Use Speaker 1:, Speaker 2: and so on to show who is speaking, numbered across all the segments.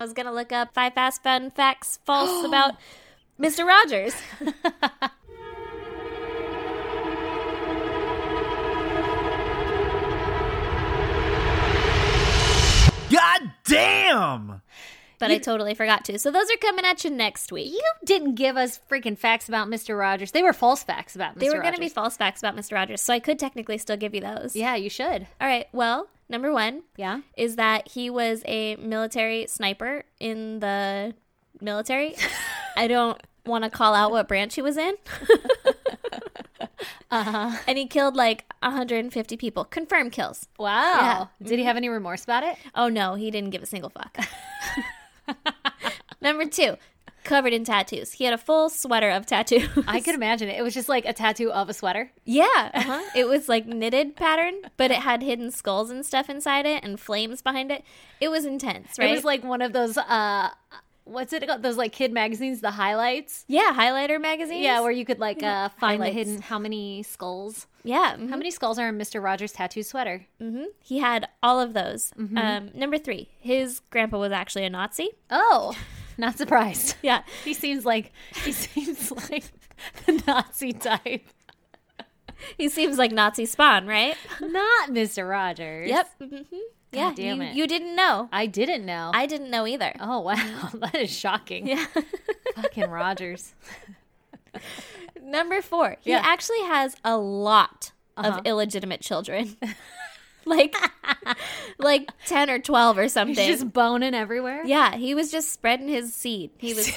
Speaker 1: I was gonna look up five fast fun facts false about Mr. Rogers.
Speaker 2: God damn!
Speaker 1: but I totally forgot to. So those are coming at you next week.
Speaker 3: You didn't give us freaking facts about Mr. Rogers. They were false facts about Mr.
Speaker 1: They were going
Speaker 3: Rogers.
Speaker 1: to be false facts about Mr. Rogers, so I could technically still give you those.
Speaker 3: Yeah, you should.
Speaker 1: All right. Well, number one
Speaker 3: Yeah.
Speaker 1: is that he was a military sniper in the military. I don't want to call out what branch he was in.
Speaker 3: Uh-huh.
Speaker 1: And he killed like 150 people. Confirmed kills.
Speaker 3: Wow. Did he have any remorse about it?
Speaker 1: Oh no, he didn't give a single fuck. number two, covered in tattoos. He had a full sweater of tattoos.
Speaker 3: I could imagine it. It was just like a tattoo of a sweater.
Speaker 1: Yeah, uh-huh. it was like knitted pattern, but it had hidden skulls and stuff inside it and flames behind it. It was intense, right?
Speaker 3: It was like one of those uh what's it called? Those like kid magazines, the highlights.
Speaker 1: yeah, highlighter magazines.
Speaker 3: Yeah, Hmm? where you could like uh find
Speaker 1: Highlights.
Speaker 3: the hidden how many skulls.
Speaker 1: yeah. mhm.
Speaker 3: How many skulls are in Mr. Rogers' tattoo sweater?
Speaker 1: He had all of those.
Speaker 3: Mm-hmm.
Speaker 1: Um, number three, his grandpa was actually a Nazi.
Speaker 3: Oh, not surprised.
Speaker 1: Yeah,
Speaker 3: He seems like he seems like the Nazi type.
Speaker 1: he seems like Nazi spawn, right?
Speaker 3: Not Mr. Rogers.
Speaker 1: Yep. hmm Yeah,
Speaker 3: damn
Speaker 1: you,
Speaker 3: it.
Speaker 1: you didn't know.
Speaker 3: I didn't know.
Speaker 1: I didn't know either.
Speaker 3: oh wow, that is shocking.
Speaker 1: Yeah.
Speaker 3: Fucking Rogers.
Speaker 1: Number four, he
Speaker 3: Yeah.
Speaker 1: actually has a lot
Speaker 3: Uh-huh.
Speaker 1: of illegitimate children. like like 10 or 12 or something.
Speaker 3: He's just boning everywhere.
Speaker 1: Yeah, he was just spreading his seed. He was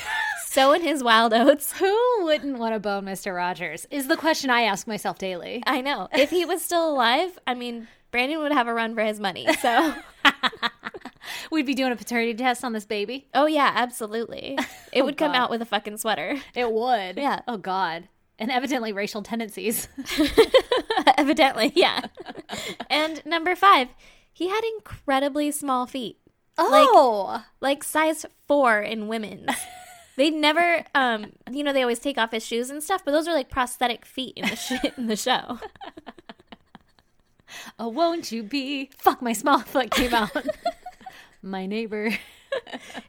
Speaker 1: sowing his wild oats.
Speaker 3: Who wouldn't want to bone Mr. Rogers? Is the question I ask myself daily.
Speaker 1: I know. If he was still alive, I mean, Brandon would have a run for his money. So,
Speaker 3: We'd be doing a paternity test on this baby.
Speaker 1: oh yeah, absolutely. It would come
Speaker 3: Oh, God.
Speaker 1: out with a fucking sweater.
Speaker 3: It would.
Speaker 1: Yeah.
Speaker 3: Oh God. And evidently racial tendencies.
Speaker 1: Evidently, yeah. and number 5, he had incredibly small feet.
Speaker 3: Oh.
Speaker 1: Like size 4 in women. They never, um, you know, they always take off his shoes and stuff, but those are like prosthetic feet in the, sh- in the show.
Speaker 3: oh, won't you be? Fuck my small foot came out. my neighbor.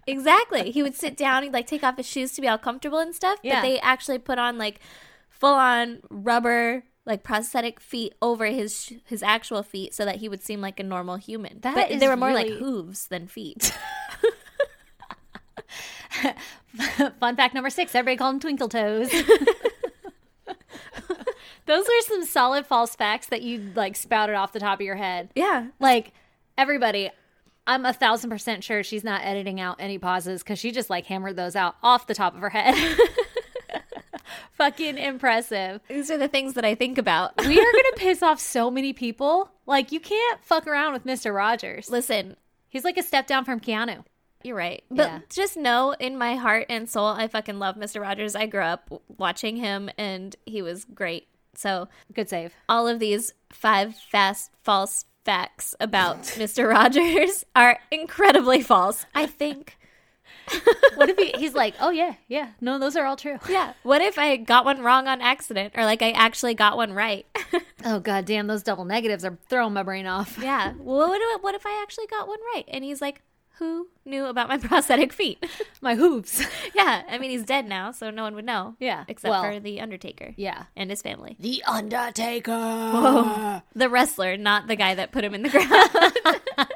Speaker 1: Exactly. He would sit down, he'd like take off his shoes to be all comfortable and stuff.
Speaker 3: Yeah.
Speaker 1: But they actually put on like full on rubber, like prosthetic feet over his sh- his actual feet so that he would seem like a normal human.
Speaker 3: That
Speaker 1: but
Speaker 3: is
Speaker 1: they were more like
Speaker 3: really-
Speaker 1: hooves than feet.
Speaker 3: Fun fact number six: everybody called him Twinkle Toes. Those are some solid false facts that you like spouted off the top of your head.
Speaker 1: yeah.
Speaker 3: Like everybody, I'm a thousand percent sure she's not editing out any pauses because she just like hammered those out off the top of her head. Fucking impressive.
Speaker 1: These are the things that I think about.
Speaker 3: We are gonna piss off so many people. Like you can't fuck around with Mister Rogers.
Speaker 1: Listen,
Speaker 3: He's like a step down from Keanu.
Speaker 1: you're right. But
Speaker 3: Yeah.
Speaker 1: just know in my heart and soul, I fucking love Mr. Rogers. I grew up w- watching him and he was great. So
Speaker 3: Good save.
Speaker 1: all of these five fast false facts about Mr. Rogers are incredibly false. I think.
Speaker 3: What if he, he's like, oh yeah, yeah, no, those are all true.
Speaker 1: Yeah. What if I got one wrong on accident or like I actually got one right?
Speaker 3: Oh god damn, those double negatives are throwing my brain off.
Speaker 1: yeah. What what, what if I actually got one right? And he's like, "Who knew about my prosthetic feet?"
Speaker 3: My hooves.
Speaker 1: yeah. I mean, he's dead now, so no one would know.
Speaker 3: Yeah,
Speaker 1: Except
Speaker 3: well-
Speaker 1: for the Undertaker.
Speaker 3: Yeah.
Speaker 1: And his family.
Speaker 3: The Undertaker.
Speaker 1: The wrestler, not the guy that put him in the ground.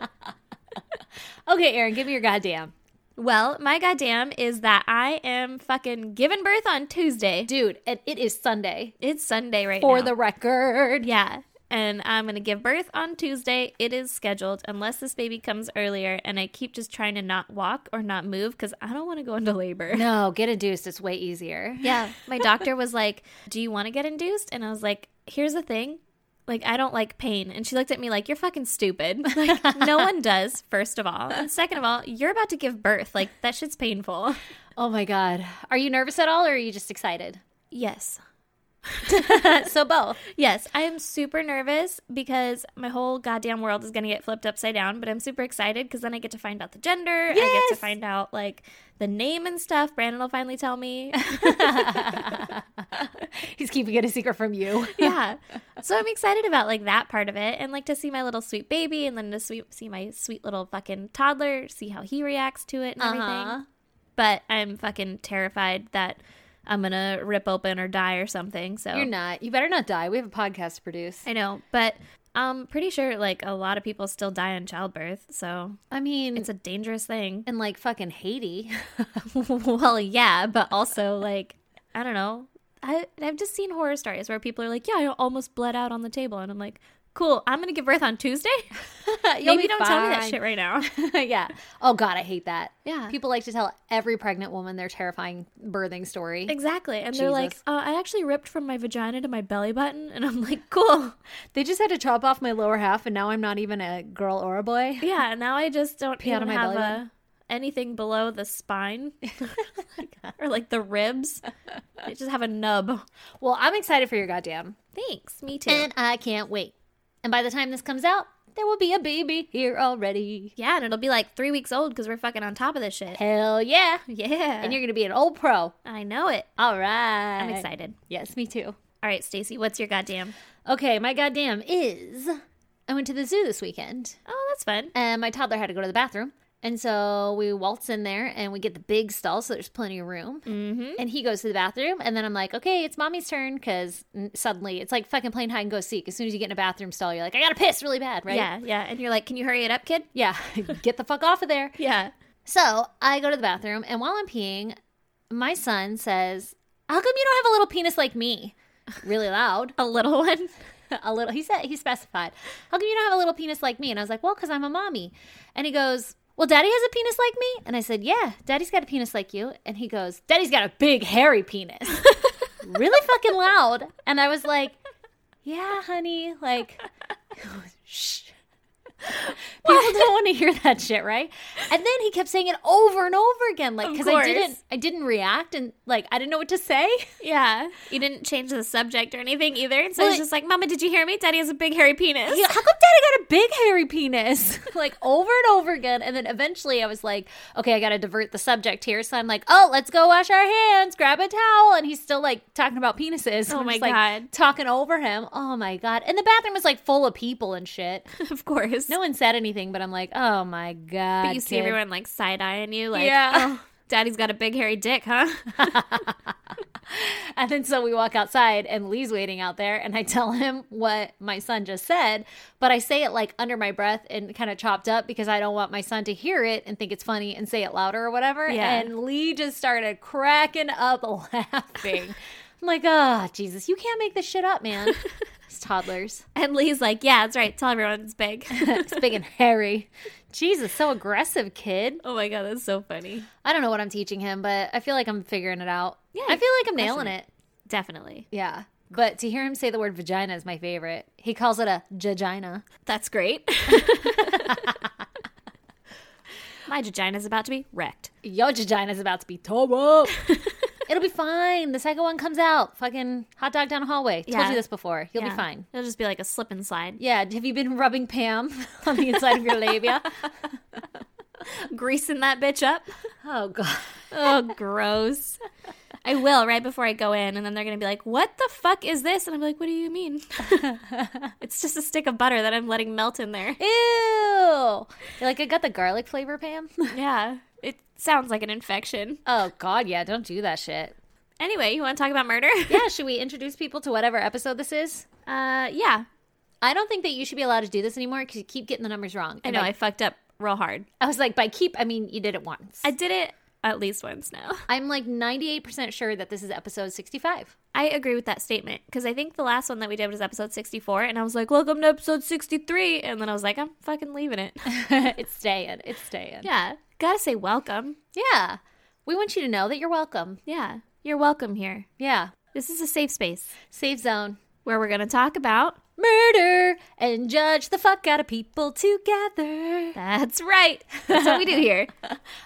Speaker 3: Okay, Aaron, give me your goddamn.
Speaker 1: well, my goddamn is that I am fucking giving birth on Tuesday.
Speaker 3: Dude, it, it is Sunday.
Speaker 1: It's Sunday right
Speaker 3: For
Speaker 1: now.
Speaker 3: the record.
Speaker 1: Yeah. And I'm going to give birth on Tuesday. It is scheduled unless this baby comes earlier. And I keep just trying to not walk or not move because I don't want to go into labor.
Speaker 3: No, get induced. It's way easier.
Speaker 1: Yeah. My doctor was like, Do you want to get induced? And I was like, Here's the thing. Like, I don't like pain. And she looked at me like, You're fucking stupid. Like, no one does, first of all. And second of all, you're about to give birth. Like, that shit's painful.
Speaker 3: Oh my god. Are you nervous at all or are you just excited?
Speaker 1: Yes. Uh,
Speaker 3: so both.
Speaker 1: Yes, I am super nervous because my whole goddamn world is going to get flipped upside down, but I'm super excited because then I get to find out the gender. I get to
Speaker 3: Yes!
Speaker 1: find out like the name and stuff. Brandon will finally tell me.
Speaker 3: He's keeping it a secret from you.
Speaker 1: yeah. So I'm excited about like that part of it and like to see my little sweet baby and then to sweet, see my sweet little fucking toddler, see how he reacts to it and
Speaker 3: Uh-huh.
Speaker 1: everything. But I'm fucking terrified that I'm going to rip open or die or something. So
Speaker 3: You're not. You better not die. We have a podcast to produce.
Speaker 1: I know, but I'm pretty sure like a lot of people still die in childbirth, so
Speaker 3: I mean,
Speaker 1: it's a dangerous thing.
Speaker 3: and like fucking Haiti.
Speaker 1: well, yeah, but also like I don't know. I I've just seen horror stories where people are like, "Yeah, I almost bled out on the table," and I'm like, "Cool, I'm gonna give birth on Tuesday." Maybe don't tell me that shit right now.
Speaker 3: right. yeah. Oh God, I hate that.
Speaker 1: Yeah.
Speaker 3: People like to tell every pregnant woman their terrifying birthing story.
Speaker 1: exactly, and they're like,
Speaker 3: Jesus.
Speaker 1: "Oh, I actually ripped from my vagina to my belly button," and I'm like, "Cool."
Speaker 3: They just had to chop off my lower half, and now I'm not even a girl or a boy.
Speaker 1: Yeah, now I just don't
Speaker 3: Pee out of
Speaker 1: even
Speaker 3: my
Speaker 1: have
Speaker 3: belly button.
Speaker 1: a, anything below the spine or like the ribs. I just have a nub.
Speaker 3: Well, I'm excited for your goddamn.
Speaker 1: Thanks, me too.
Speaker 3: And I can't wait. And by the time this comes out, there will be a baby here already.
Speaker 1: yeah, and it'll be like three weeks old because we're fucking on top of this shit.
Speaker 3: Hell yeah.
Speaker 1: Yeah,
Speaker 3: And you're going to be an old pro.
Speaker 1: I know it.
Speaker 3: All right.
Speaker 1: I'm excited.
Speaker 3: Yes, me too.
Speaker 1: All right, Stacy, what's your goddamn?
Speaker 3: Okay, my goddamn is I went to the zoo this weekend
Speaker 1: Oh, that's fun.
Speaker 3: and my toddler had to go to the bathroom. And so we waltz in there and we get the big stall, so there's plenty of room. Mm-hmm. And he goes to the bathroom, and then I'm like, okay, it's mommy's turn, because suddenly it's like fucking playing hide and go seek. As soon as you get in a bathroom stall, you're like, I gotta piss really bad, right?
Speaker 1: Yeah, yeah. And you're like, can you hurry it up, kid?
Speaker 3: Yeah. get the fuck off of there.
Speaker 1: Yeah.
Speaker 3: So I go to the bathroom, and while I'm peeing, my son says, "How come you don't have a little penis like me?" Really loud,
Speaker 1: A little one.
Speaker 3: a little. He said he specified, "How come you don't have a little penis like me?" And I was like, "Well, because I'm a mommy." And he goes, "Well, Daddy has a penis like me." And I said, "Yeah, Daddy's got a penis like you." And he goes, "Daddy's got a big hairy penis." really fucking loud. And I was like, "Yeah, honey, like." Shh. People don't want to hear that shit, right? And then he kept saying it over and over again, like
Speaker 1: Of
Speaker 3: because I
Speaker 1: course.
Speaker 3: didn't, I didn't react, and like I didn't know what to say.
Speaker 1: Yeah. You didn't change the subject or anything either. So
Speaker 3: Well,
Speaker 1: it's
Speaker 3: it-
Speaker 1: just like, Mama, did you hear me? Daddy has a big hairy penis.
Speaker 3: He- How come Daddy got a big hairy penis? Like over and over again, and then eventually I was like, okay, I got to divert the subject here. So I'm like, oh, let's go wash our hands, grab a towel, and he's still like talking about penises.
Speaker 1: Oh
Speaker 3: I'm
Speaker 1: my
Speaker 3: just, like,
Speaker 1: God.
Speaker 3: talking over him. Oh my god! And the bathroom was like full of people and shit.
Speaker 1: of course.
Speaker 3: No one said anything, but I'm like, oh my god!
Speaker 1: But you see
Speaker 3: kid.
Speaker 1: everyone like side eyeing you, like,
Speaker 3: Yeah.
Speaker 1: oh, daddy's got a big hairy dick, huh?
Speaker 3: And then so we walk outside and Lee's waiting out there and I tell him what my son just said, but I say it like under my breath and kind of chopped up because I don't want my son to hear it and think it's funny and say it louder or whatever.
Speaker 1: Yeah.
Speaker 3: And Lee just started cracking up laughing. I'm like, oh Jesus, you can't make this shit up, man. It's toddlers.
Speaker 1: and Lee's like, yeah, that's right. Tell everyone it's big.
Speaker 3: It's big and hairy. Jesus, so aggressive, kid.
Speaker 1: oh my God, that's so funny.
Speaker 3: I don't know what I'm teaching him, but I feel like I'm figuring it out.
Speaker 1: Yeah,
Speaker 3: I feel like I'm
Speaker 1: crushing
Speaker 3: nailing
Speaker 1: it.
Speaker 3: it.
Speaker 1: Definitely.
Speaker 3: Yeah. But to hear him say the word vagina is my favorite. He calls it a vagina.
Speaker 1: That's great. my vagina's about to be wrecked.
Speaker 3: Your vagina is about to be tore up. It'll be fine. The second one comes out. Fucking hot dog down the hallway. Told
Speaker 1: Yeah.
Speaker 3: you this before. You'll
Speaker 1: Yeah.
Speaker 3: be fine.
Speaker 1: It'll just be like a slip and slide.
Speaker 3: Yeah. Have you been rubbing Pam on the inside of your labia?
Speaker 1: Greasing that bitch up.
Speaker 3: Oh, God.
Speaker 1: Oh, gross. I will right before I go in, and then they're gonna be like, "What the fuck is this?" And I'm like, "What do you mean? it's just a stick of butter that I'm letting melt in there."
Speaker 3: Ew. You're like, I got the garlic flavor, Pam.
Speaker 1: Yeah, it sounds like an infection.
Speaker 3: oh, God. Yeah. Don't do that shit.
Speaker 1: Anyway, you want to talk about murder?
Speaker 3: Yeah. Should we introduce people to whatever episode this is?
Speaker 1: Uh, yeah.
Speaker 3: I don't think that you should be allowed to do this anymore because you keep getting the numbers wrong.
Speaker 1: I know I fucked up real hard.
Speaker 3: I was like, by keep, I mean you did it once.
Speaker 1: I did it at least once now.
Speaker 3: I'm like 98% sure that this is episode 65.
Speaker 1: I agree with that statement because I think the last one that we did was episode 64, and I was like, "Welcome to episode 63," and then I was like, "I'm fucking leaving it."
Speaker 3: it's staying. It's staying. Yeah.
Speaker 1: yeah, gotta say welcome.
Speaker 3: yeah. We want you to know that you're welcome.
Speaker 1: Yeah, you're welcome here.
Speaker 3: Yeah.
Speaker 1: This is a safe space.
Speaker 3: Safe zone.
Speaker 1: where we're going to talk about.
Speaker 3: Murder and judge the fuck out of people together.
Speaker 1: That's right. That's what we do here.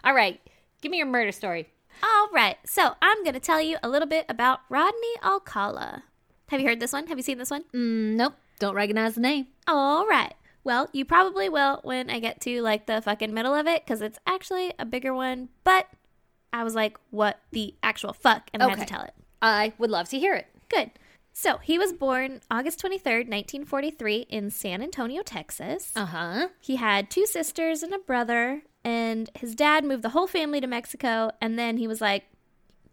Speaker 3: All right. Give me your murder story.
Speaker 1: All right. So I'm going to tell you a little bit about Rodney Alcala. Have you heard this one? Have you seen this one?
Speaker 3: Mm, nope. Don't recognize the name.
Speaker 1: All right. Well, you probably will when I get to like the fucking middle of it because it's actually a bigger one. But I was like, what the actual fuck? And I had
Speaker 3: Okay.
Speaker 1: to tell it.
Speaker 3: I would love to hear it.
Speaker 1: Good. So he was born August 23rd, 1943, in San Antonio, Texas.
Speaker 3: Uh huh.
Speaker 1: He had two sisters and a brother, and his dad moved the whole family to Mexico. And then he was like,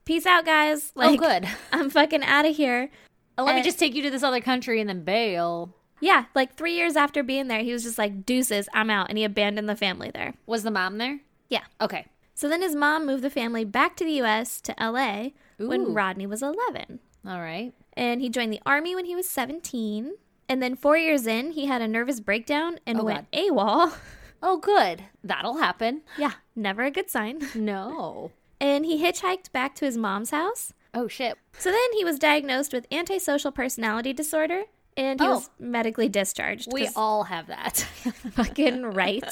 Speaker 1: peace out, guys. Like,
Speaker 3: oh, good.
Speaker 1: I'm fucking out of here.
Speaker 3: Let me
Speaker 1: Uh,
Speaker 3: just take you to this other country and then bail.
Speaker 1: Yeah, like three years after being there, he was just like, deuces, I'm out. And he abandoned the family there.
Speaker 3: Was the mom there?
Speaker 1: Yeah.
Speaker 3: Okay.
Speaker 1: So then his mom moved the family back to the US to LA
Speaker 3: Ooh.
Speaker 1: when Rodney was 11.
Speaker 3: All right.
Speaker 1: And he joined the army when he was 17. And then four years in, he had a nervous breakdown and
Speaker 3: Oh,
Speaker 1: went AWOL.
Speaker 3: Oh, good. That'll happen.
Speaker 1: yeah, never a good sign.
Speaker 3: No.
Speaker 1: And he hitchhiked back to his mom's house.
Speaker 3: Oh, shit.
Speaker 1: So then he was diagnosed with antisocial personality disorder and he
Speaker 3: Oh.
Speaker 1: was medically discharged.
Speaker 3: We
Speaker 1: 'cause
Speaker 3: all have that.
Speaker 1: fucking right.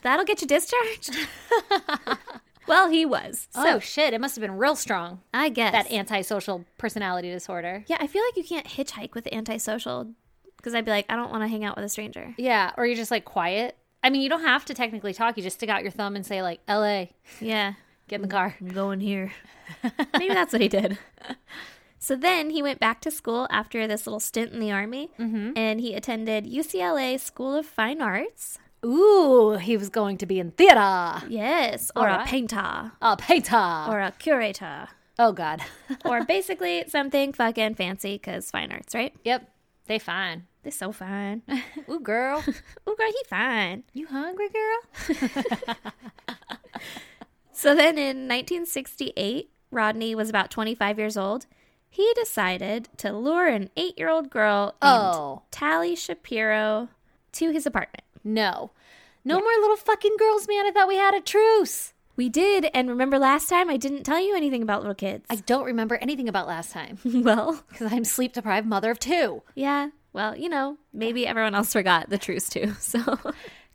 Speaker 1: That'll get you discharged. well, he was. So
Speaker 3: oh, shit. It must have been real strong,
Speaker 1: I guess
Speaker 3: that antisocial personality disorder.
Speaker 1: Yeah, I feel like you can't hitchhike with antisocial because I'd be like, I don't want to hang out with a stranger.
Speaker 3: Yeah. Or you're just like quiet. I mean, you don't have to technically talk. You just stick out your thumb and say, like, LA,
Speaker 1: Yeah,
Speaker 3: get in the car.
Speaker 1: I'm going here. Maybe that's what he did. So then he went back to school after this little stint in the army
Speaker 3: Mm-hmm.
Speaker 1: and he attended UCLA School of Fine Arts.
Speaker 3: Ooh, he was going to be in theater.
Speaker 1: Yes, or
Speaker 3: right.
Speaker 1: a painter,
Speaker 3: A painter.
Speaker 1: or a curator,
Speaker 3: oh, God.
Speaker 1: or basically something fucking fancy because fine arts, right?
Speaker 3: yep. They fine.
Speaker 1: They're so fine.
Speaker 3: Ooh, girl.
Speaker 1: Ooh, girl, he fine.
Speaker 3: you hungry, girl?
Speaker 1: So then in 1968, Rodney was about 25 years old. He decided to lure an eight year old girl named
Speaker 3: Oh.
Speaker 1: Tally Shapiro to his apartment.
Speaker 3: No. No more little fucking girls, man. I thought we had a truce.
Speaker 1: We did, and remember last time I didn't tell you anything about little kids.
Speaker 3: I don't remember anything about last time
Speaker 1: well,
Speaker 3: because I'm sleep deprived mother of two.
Speaker 1: yeah, well, you know, maybe everyone else forgot the truce too. So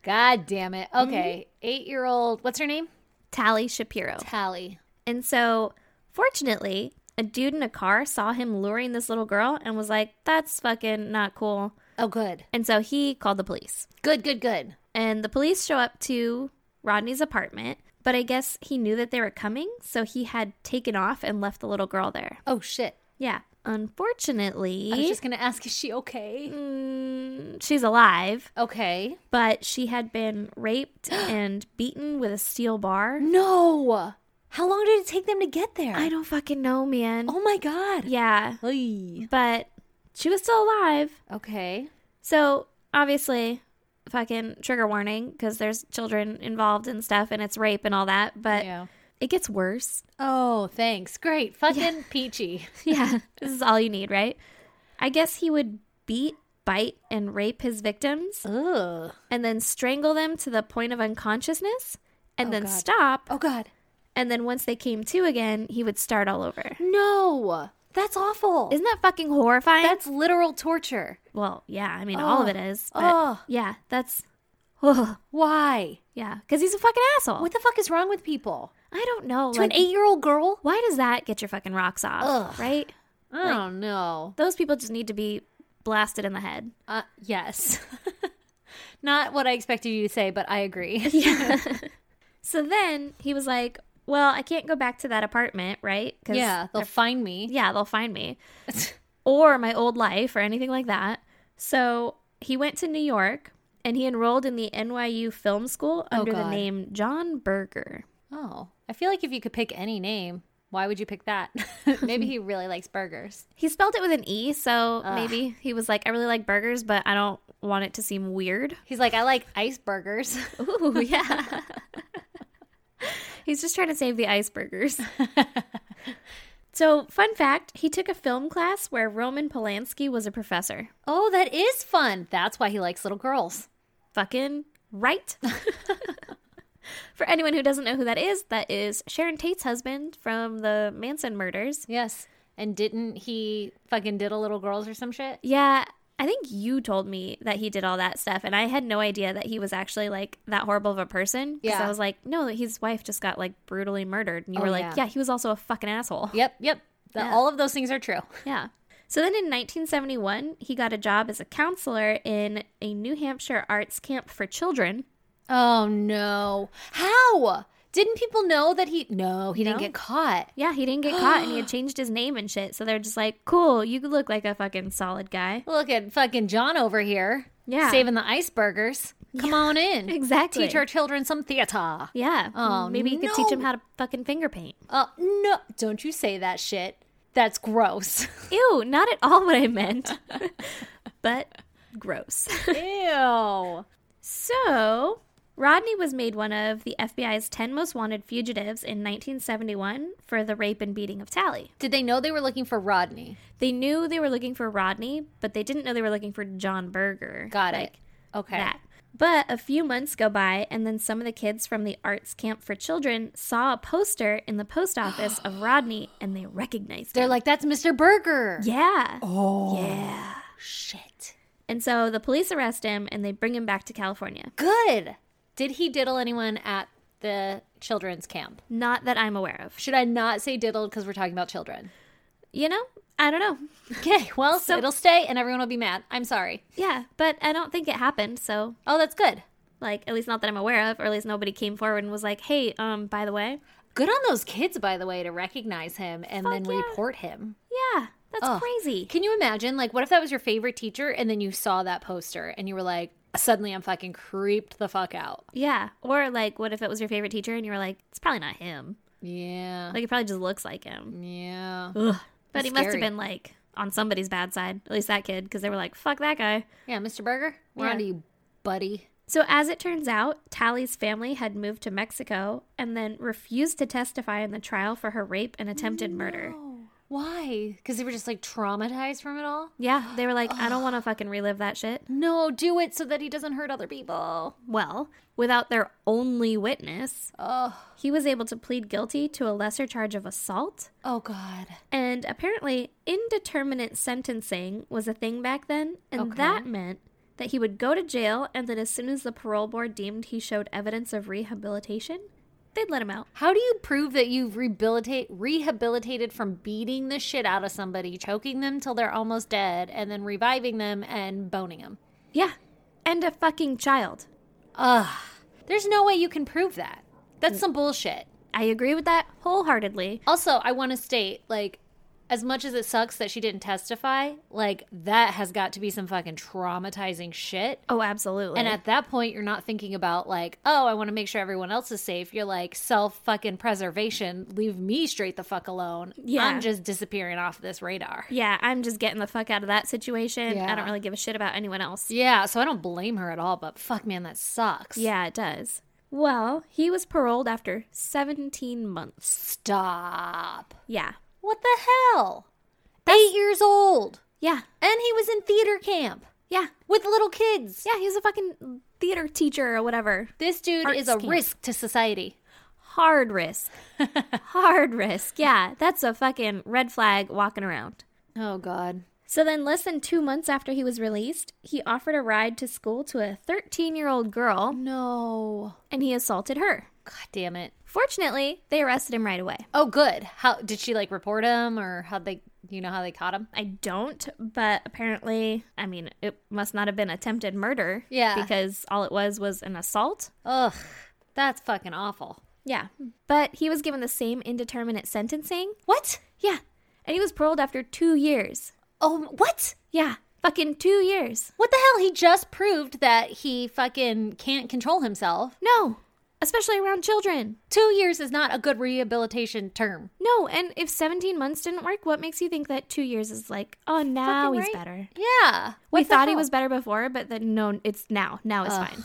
Speaker 3: God damn it. Okay. Eight year old, what's her name?
Speaker 1: Tally Shapiro.
Speaker 3: Tally.
Speaker 1: And so, fortunately, a dude in a car saw him luring this little girl and was like, that's fucking not cool.
Speaker 3: Oh, good.
Speaker 1: And so he called the police.
Speaker 3: Good, good, good.
Speaker 1: And the police show up to Rodney's apartment, but I guess he knew that they were coming, so he had taken off and left the little girl there.
Speaker 3: Oh, shit.
Speaker 1: Yeah. Unfortunately,
Speaker 3: I was just going to ask, is she okay?
Speaker 1: mm, she's alive,
Speaker 3: Okay.
Speaker 1: but she had been raped and beaten with a steel bar.
Speaker 3: No. How long did it take them to get there?
Speaker 1: I don't fucking know, man.
Speaker 3: Oh, my God.
Speaker 1: Yeah.
Speaker 3: Oy.
Speaker 1: But she was still alive.
Speaker 3: Okay.
Speaker 1: So, obviously, fucking trigger warning because there's children involved and stuff and it's rape and all that, but
Speaker 3: Yeah.
Speaker 1: it gets worse.
Speaker 3: Uh, Oh, thanks. Great. Fucking peachy.
Speaker 1: Yeah, this is all you need, right? I guess he would beat, bite, and rape his victims
Speaker 3: Ugh.
Speaker 1: and then strangle them to the point of unconsciousness and then
Speaker 3: God.
Speaker 1: stop.
Speaker 3: Oh, God.
Speaker 1: And then once they came to again, he would start all over.
Speaker 3: No. That's awful.
Speaker 1: Isn't that fucking horrifying?
Speaker 3: That's literal torture.
Speaker 1: well, yeah, I mean, all of
Speaker 3: Oh,
Speaker 1: it is. But
Speaker 3: oh.
Speaker 1: Yeah, that's. Ugh,
Speaker 3: Why?
Speaker 1: yeah, because he's a fucking asshole.
Speaker 3: What the fuck is wrong with people?
Speaker 1: I don't know.
Speaker 3: To
Speaker 1: like,
Speaker 3: an eight year old girl?
Speaker 1: why does that get your fucking rocks off?
Speaker 3: Ugh.
Speaker 1: Right?
Speaker 3: I don't know.
Speaker 1: Those people just need to be blasted in the head.
Speaker 3: Uh, yes. Not what I expected you to say, but I agree.
Speaker 1: So then he was like, "Well, I can't go back to that apartment, right? 'Cause
Speaker 3: yeah, they'll find me.
Speaker 1: yeah, they'll find me, or my old life, or anything like that." So he went to New York and he enrolled in the NYU Film School under the
Speaker 3: Oh, God.
Speaker 1: name John Berger.
Speaker 3: Oh, I feel like if you could pick any name, why would you pick that? Maybe he really likes burgers.
Speaker 1: He spelled it with an e, so maybe he was like, "I really like burgers, but I don't want it to seem weird."
Speaker 3: He's like, I like ice burgers.
Speaker 1: Ooh, yeah. He's just trying to save the icebergers. so, fun fact he took a film class where Roman Polanski was a professor.
Speaker 3: oh, that is fun. That's why he likes little girls.
Speaker 1: Fucking right. For anyone who doesn't know who that is, that is Sharon Tate's husband from the Manson murders.
Speaker 3: Yes. And didn't he fucking diddle little girls or some shit?
Speaker 1: Yeah, I think you told me that he did all that stuff, and I had no idea that he was actually like that horrible of a person. Because
Speaker 3: Yeah.
Speaker 1: I was like, no, his wife just got like brutally murdered. And you
Speaker 3: Oh,
Speaker 1: were like,
Speaker 3: yeah.
Speaker 1: yeah, he was also a fucking asshole.
Speaker 3: Yep, yep. The-
Speaker 1: Yeah.
Speaker 3: All of those things are true.
Speaker 1: Yeah. So then in 1971, he got a job as a counselor in a New Hampshire arts camp for children.
Speaker 3: Oh no. How? Didn't people know that he No, he didn't
Speaker 1: No.
Speaker 3: get caught.
Speaker 1: Yeah, he didn't get caught and he had changed his name and shit. So they're just like, cool, you look like a fucking solid guy.
Speaker 3: Look at fucking John over here.
Speaker 1: Yeah.
Speaker 3: Saving the iceburgers. Come on in.
Speaker 1: Exactly.
Speaker 3: Teach our children some theater.
Speaker 1: Yeah.
Speaker 3: Oh,
Speaker 1: Maybe you could teach him
Speaker 3: no.
Speaker 1: how to fucking finger paint.
Speaker 3: Uh, no, don't you say that shit. That's gross.
Speaker 1: Ew, not at all what I meant. but gross.
Speaker 3: Ew.
Speaker 1: So, Rodney was made one of the FBI's 10 most wanted fugitives in 1971 for the rape and beating of Tally.
Speaker 3: Did they know they were looking for Rodney?
Speaker 1: They knew they were looking for Rodney, but they didn't know they were looking for John Berger.
Speaker 3: Got
Speaker 1: Like,
Speaker 3: it. Okay.
Speaker 1: That. But a few months go by, and then some of the kids from the arts camp for children saw a poster in the post office of Rodney and they recognized
Speaker 3: They're
Speaker 1: him.
Speaker 3: like, that's Mr. Burger.
Speaker 1: yeah.
Speaker 3: Oh.
Speaker 1: Yeah.
Speaker 3: Shit.
Speaker 1: And so the police arrest him and they bring him back to California.
Speaker 3: Good. Did he diddle anyone at the children's camp?
Speaker 1: Not that I'm aware of.
Speaker 3: Should I not say diddled because we're talking about children?
Speaker 1: You know? I don't know.
Speaker 3: Okay, well, it'll stay and everyone will be mad. I'm sorry.
Speaker 1: Yeah, but I don't think it happened. So,
Speaker 3: Oh, that's good.
Speaker 1: like, at least not that I'm aware of, or at least nobody came forward and was like, hey, um, by the way.
Speaker 3: Good on those kids, by the way, to recognize him and then
Speaker 1: yeah.
Speaker 3: report him.
Speaker 1: Yeah, that's
Speaker 3: Ugh.
Speaker 1: crazy.
Speaker 3: Can you imagine? Like, what if that was your favorite teacher and then you saw that poster and you were like, suddenly I'm fucking creeped the fuck out?
Speaker 1: Yeah. Or, like, what if it was your favorite teacher and you were like, it's probably not him?
Speaker 3: Yeah.
Speaker 1: Like, it probably just looks like him.
Speaker 3: yeah.
Speaker 1: Ugh. But
Speaker 3: That's
Speaker 1: he must have
Speaker 3: scary.
Speaker 1: been, like, on somebody's bad side, at least that kid, because they were like, fuck that guy.
Speaker 3: Yeah, Mr. Burger, we're
Speaker 1: Yeah.
Speaker 3: on to you, buddy.
Speaker 1: So, as it turns out, Tally's family had moved to Mexico and then refused to testify in the trial for her rape and attempted murder.
Speaker 3: Oh, Why? Because they were just like traumatized from it all?
Speaker 1: Yeah, they were like, I don't want to fucking relive that shit.
Speaker 3: No, do it so that he doesn't hurt other people.
Speaker 1: Well, without their only witness,
Speaker 3: Oh,
Speaker 1: he was able to plead guilty to a lesser charge of assault.
Speaker 3: oh God.
Speaker 1: And apparently, indeterminate sentencing was a thing back then, and that meant that he would go to jail, and that as soon as the parole board deemed he showed evidence of rehabilitation, they'd let him out.
Speaker 3: How do you prove that you've rehabilitate, rehabilitated from beating the shit out of somebody, choking them till they're almost dead, and then reviving them and boning them?
Speaker 1: Yeah, and a fucking child.
Speaker 3: Ugh. There's no way you can prove that.
Speaker 1: Mm.
Speaker 3: That's some bullshit.
Speaker 1: I agree with that wholeheartedly.
Speaker 3: Also, I want to state, like, as much as it sucks that she didn't testify, like, that has got to be some fucking traumatizing shit.
Speaker 1: Oh, absolutely.
Speaker 3: And at that point, you're not thinking about, like, oh, I want to make sure everyone else is safe. You're like, self fucking preservation. Leave me straight the fuck alone.
Speaker 1: Yeah.
Speaker 3: I'm just disappearing off this radar.
Speaker 1: yeah, I'm just getting the fuck out of that situation. I
Speaker 3: Yeah.
Speaker 1: don't really give a shit about anyone else.
Speaker 3: Yeah, so I don't blame her at all, but fuck, man, that sucks.
Speaker 1: Yeah, it does. Well, he was paroled after 17 months.
Speaker 3: Stop.
Speaker 1: Yeah.
Speaker 3: What the hell? Eight years old.
Speaker 1: Yeah.
Speaker 3: And he was in theater camp
Speaker 1: Yeah.
Speaker 3: with little kids.
Speaker 1: Yeah, he was a fucking theater teacher or whatever.
Speaker 3: This dude
Speaker 1: Arts
Speaker 3: is a
Speaker 1: camp.
Speaker 3: risk to society.
Speaker 1: Hard risk. Hard risk. Yeah, that's a fucking red flag walking around.
Speaker 3: Oh, God.
Speaker 1: So then, less than two months after he was released, he offered a ride to school to a 13 year old girl
Speaker 3: No.
Speaker 1: and he assaulted her.
Speaker 3: God damn it.
Speaker 1: Fortunately, they arrested him right away.
Speaker 3: Oh, good. How did she like report him or how they, you know, how they caught him?
Speaker 1: I don't, but apparently, I mean, it must not have been attempted murder.
Speaker 3: Yeah.
Speaker 1: Because all it was was an assault.
Speaker 3: Ugh, that's fucking awful.
Speaker 1: Yeah. But he was given the same indeterminate sentencing.
Speaker 3: What?
Speaker 1: Yeah. And he was paroled after two years.
Speaker 3: Oh, what?
Speaker 1: Yeah. Fucking two years.
Speaker 3: What the hell? He just proved that he fucking can't control himself.
Speaker 1: No. Especially around children.
Speaker 3: Two years is not a good rehabilitation term.
Speaker 1: No. And if 17 months didn't work, what makes you think that two years is like, oh, now
Speaker 3: Fucking
Speaker 1: he's
Speaker 3: right.
Speaker 1: better?
Speaker 3: Yeah.
Speaker 1: we
Speaker 3: What the
Speaker 1: thought he
Speaker 3: hell?
Speaker 1: was better before, but then no, it's now. Now it's
Speaker 3: Ugh.
Speaker 1: fine.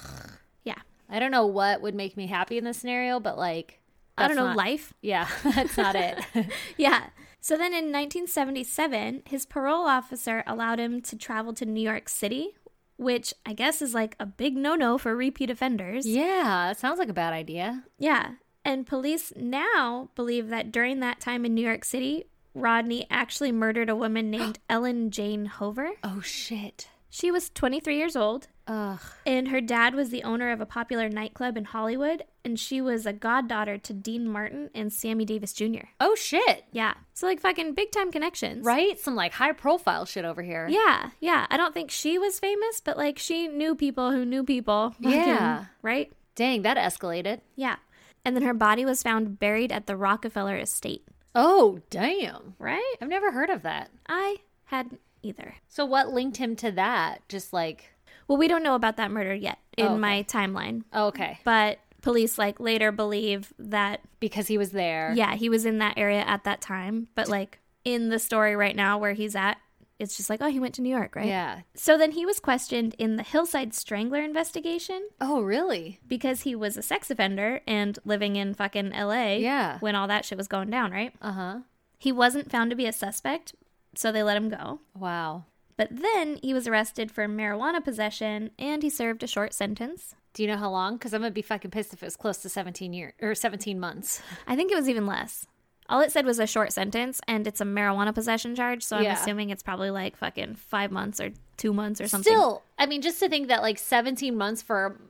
Speaker 1: Yeah.
Speaker 3: I don't know what would make me happy in this scenario, but like,
Speaker 1: I don't
Speaker 3: that's
Speaker 1: know,
Speaker 3: not-
Speaker 1: life.
Speaker 3: Yeah, that's not it.
Speaker 1: Yeah. So then in 1977, his parole officer allowed him to travel to New York City, which I guess is like a big no no for repeat offenders.
Speaker 3: yeah, that sounds like a bad idea.
Speaker 1: Yeah. And police now believe that during that time in New York City, Rodney actually murdered a woman named Ellen Jane Hover.
Speaker 3: Oh shit.
Speaker 1: She was 23 years old,
Speaker 3: Ugh.
Speaker 1: and her dad was the owner of a popular nightclub in Hollywood, and she was a goddaughter to Dean Martin and Sammy Davis Jr.
Speaker 3: Oh shit.
Speaker 1: Yeah. So, like, fucking big time connections.
Speaker 3: Right? Some like high profile shit over here.
Speaker 1: Yeah, yeah. I don't think she was famous, but like she knew people who knew people. Fucking-
Speaker 3: Yeah.
Speaker 1: Right?
Speaker 3: Dang, that escalated.
Speaker 1: Yeah. And then her body was found buried at the Rockefeller estate.
Speaker 3: Oh, damn.
Speaker 1: Right?
Speaker 3: I've never heard of that.
Speaker 1: I hadn't either.
Speaker 3: So what linked him to that? Just like,
Speaker 1: Well, we don't know about that murder yet in
Speaker 3: Oh, okay.
Speaker 1: my timeline,
Speaker 3: oh, okay,
Speaker 1: but police like later believe that
Speaker 3: because he was there.
Speaker 1: yeah, he was in that area at that time, but like in the story right now where he's at, it's just like, oh, he went to New York, right?
Speaker 3: Yeah.
Speaker 1: So then he was questioned in the Hillside Strangler investigation.
Speaker 3: Oh, really?
Speaker 1: because he was a sex offender and living in fucking LA
Speaker 3: Yeah.
Speaker 1: when all that shit was going down, right?
Speaker 3: Uh huh.
Speaker 1: He wasn't found to be a suspect, so they let him go.
Speaker 3: Wow.
Speaker 1: But then he was arrested for marijuana possession and he served a short sentence.
Speaker 3: Do you know how long? Because I'm gonna be fucking pissed if it was close to 17 year or 17 months.
Speaker 1: I think it was even less. All it said was a short sentence and it's a marijuana possession charge, so I'm
Speaker 3: Yeah.
Speaker 1: assuming it's probably like fucking 5 months or 2 months or something.
Speaker 3: Still, I mean, just to think that like 17 months for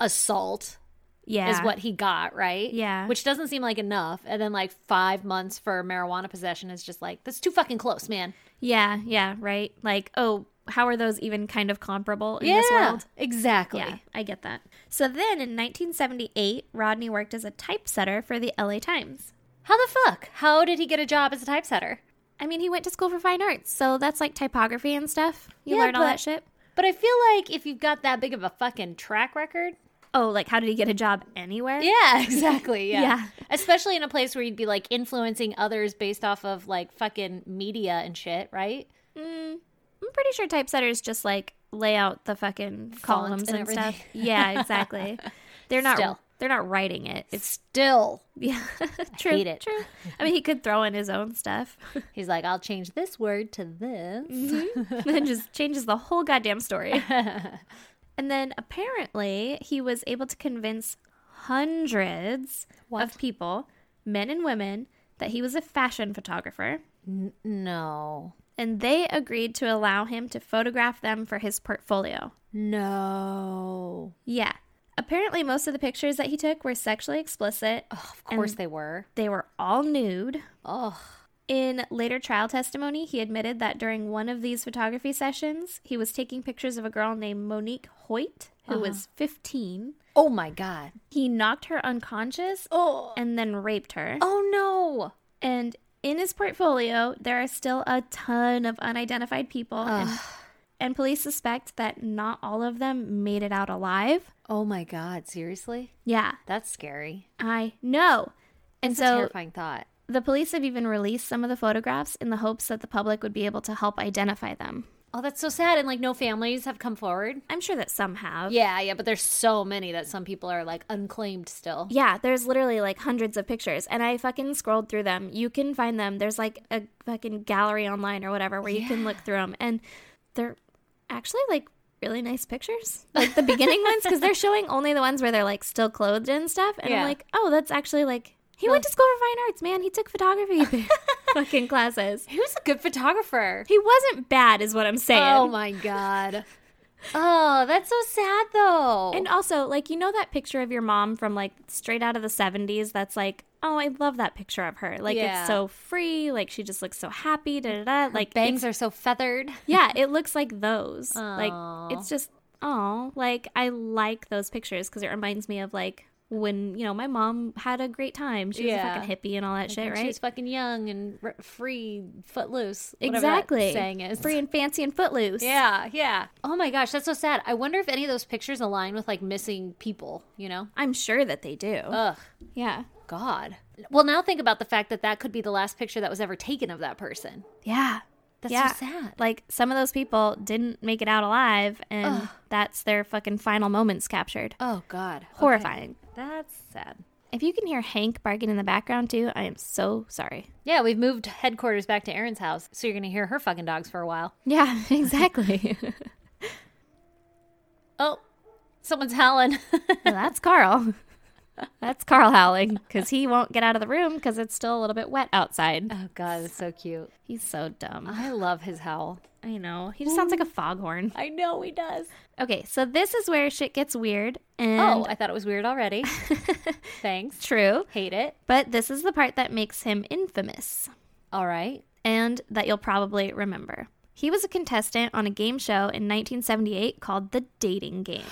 Speaker 3: assault
Speaker 1: yeah.
Speaker 3: is what he got, right?
Speaker 1: Yeah.
Speaker 3: Which doesn't seem like enough. And then like five months for marijuana possession is just like that's too fucking close, man.
Speaker 1: Yeah, yeah, right? Like, oh, how are those even kind of comparable in this world?
Speaker 3: exactly.
Speaker 1: Yeah, I get that. So then in 1978, Rodney worked as a typesetter for the LA Times.
Speaker 3: How the fuck? How did he get a job as a typesetter?
Speaker 1: I mean, he went to school for fine arts, so that's like typography and stuff. You
Speaker 3: Yeah,
Speaker 1: learn all
Speaker 3: but-
Speaker 1: that shit.
Speaker 3: But I feel like if you've got that big of a fucking track record.
Speaker 1: Oh, like how did he get a job anywhere?
Speaker 3: Yeah, exactly. Yeah.
Speaker 1: Yeah.
Speaker 3: Especially in a place where you'd be like influencing others based off of like fucking media and shit, right?
Speaker 1: I'm pretty sure typesetters just like lay out the fucking columns
Speaker 3: and
Speaker 1: and, stuff.
Speaker 3: everything.
Speaker 1: Yeah, exactly. They're not
Speaker 3: Still.
Speaker 1: they're not writing it. It's
Speaker 3: Still.
Speaker 1: yeah. true.
Speaker 3: hate it.
Speaker 1: True. I mean, he could throw in his own stuff
Speaker 3: He's like, I'll change this word to this.
Speaker 1: and then just changes the whole goddamn story. And then apparently he was able to convince hundreds of people, men and women, that he was a fashion photographer.
Speaker 3: no.
Speaker 1: And they agreed to allow him to photograph them for his portfolio.
Speaker 3: No.
Speaker 1: Yeah. Apparently, most of the pictures that he took were sexually explicit.
Speaker 3: Of course they were.
Speaker 1: They were all nude.
Speaker 3: Oh.
Speaker 1: In later trial testimony, he admitted that during one of these photography sessions, he was taking pictures of a girl named Monique Hoyt, who
Speaker 3: Uh-huh.
Speaker 1: was 15.
Speaker 3: Oh my god.
Speaker 1: He knocked her unconscious
Speaker 3: Oh.
Speaker 1: and then raped her.
Speaker 3: Oh no.
Speaker 1: And in his portfolio, there are still a ton of unidentified people. And, and police suspect that not all of them made it out alive.
Speaker 3: Oh my god. Seriously?
Speaker 1: Yeah,
Speaker 3: That's scary.
Speaker 1: I know. And
Speaker 3: It's a
Speaker 1: so
Speaker 3: terrifying thought.
Speaker 1: the police have even released some of the photographs in the hopes that the public would be able to help identify them.
Speaker 3: Oh, that's so sad. And like, no families have come forward.
Speaker 1: I'm sure that some have.
Speaker 3: Yeah, yeah, but there's so many that some people are like unclaimed still.
Speaker 1: Yeah, there's literally like hundreds of pictures, and I fucking scrolled through them. You can find them. There's like a fucking gallery online or whatever where you can look through them, and they're actually like really nice pictures, like the beginning ones, because they're showing only the ones where they're like still clothed and stuff. And
Speaker 3: Yeah.
Speaker 1: I'm like, oh, that's actually like he went to school for fine arts, man. He took photography fucking classes.
Speaker 3: He was a good photographer.
Speaker 1: He wasn't bad, is what I'm saying.
Speaker 3: Oh my god. oh, that's so sad though.
Speaker 1: And also, like, you know that picture of your mom from like straight out of the 70s that's like, oh, I love that picture of her. Like,
Speaker 3: Yeah.
Speaker 1: it's so free. Like, she just looks so happy. Da da da. Like,
Speaker 3: bangs
Speaker 1: it's-
Speaker 3: are so feathered.
Speaker 1: yeah, it looks like those.
Speaker 3: Aw.
Speaker 1: Like, it's just, oh, like, I like those pictures because it reminds me of like when, you know, my mom had a great time. She
Speaker 3: Yeah.
Speaker 1: was a fucking hippie and all that shit,
Speaker 3: Right?
Speaker 1: right?
Speaker 3: She's fucking young and r- free, footloose. whatever that
Speaker 1: exactly.
Speaker 3: Saying is
Speaker 1: Free and fancy and footloose.
Speaker 3: Yeah, yeah. Oh my gosh, that's so sad. I wonder if any of those pictures align with like missing people. You know?
Speaker 1: I'm sure that they do.
Speaker 3: Ugh.
Speaker 1: yeah.
Speaker 3: God. Well, now think about the fact that that could be the last picture that was ever taken of that person.
Speaker 1: Yeah.
Speaker 3: That's so sad.
Speaker 1: Like some of those people didn't make it out alive, and that's their fucking final moments captured.
Speaker 3: Oh God. Okay.
Speaker 1: Horrifying.
Speaker 3: That's sad.
Speaker 1: If you can hear Hank barking in the background too, I am so sorry.
Speaker 3: Yeah, we've moved headquarters back to Erin's house, so you're gonna hear her fucking dogs for a while.
Speaker 1: Yeah, exactly. well,
Speaker 3: Oh, someone's howling.
Speaker 1: that's Carl. That's Carl howling because he won't get out of the room because it's still a little bit wet outside.
Speaker 3: Oh God, it's so cute.
Speaker 1: He's so dumb.
Speaker 3: I love his howl.
Speaker 1: I know. He just sounds
Speaker 3: Mm.
Speaker 1: like a foghorn.
Speaker 3: I know he does.
Speaker 1: Okay, so this is where shit gets weird
Speaker 3: Oh,
Speaker 1: and
Speaker 3: I thought it was weird already. Thanks.
Speaker 1: true,
Speaker 3: Hate it.
Speaker 1: but this is the part that makes him infamous.
Speaker 3: All right.
Speaker 1: and that you'll probably remember. He was a contestant on a game show in 1978 called The Dating Game.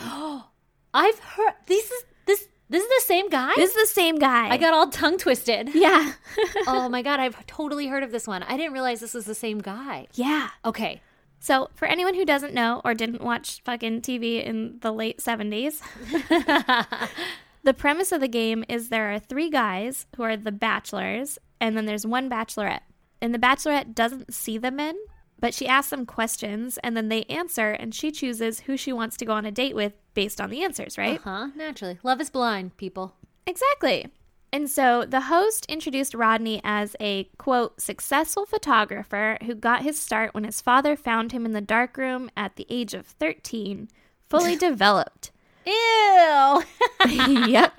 Speaker 3: I've heard this is this this is the same guy.
Speaker 1: this is the same guy.
Speaker 3: I got all tongue twisted.
Speaker 1: yeah,
Speaker 3: oh my god, I've totally heard of this one. I didn't realize this was the same guy.
Speaker 1: yeah.
Speaker 3: Okay.
Speaker 1: So for anyone who doesn't know or didn't watch fucking TV in the late 70s, the premise of the game is there are three guys who are the bachelors, and then there's one bachelorette, and the bachelorette doesn't see the men. But she asks them questions and then they answer, and she chooses who she wants to go on a date with based on the answers, right?
Speaker 3: Huh? Naturally. Love is blind, people.
Speaker 1: Exactly. And so the host introduced Rodney as a quote successful photographer who got his start when his father found him in the darkroom at the age of 13, fully developed.
Speaker 3: Ew.
Speaker 1: yep.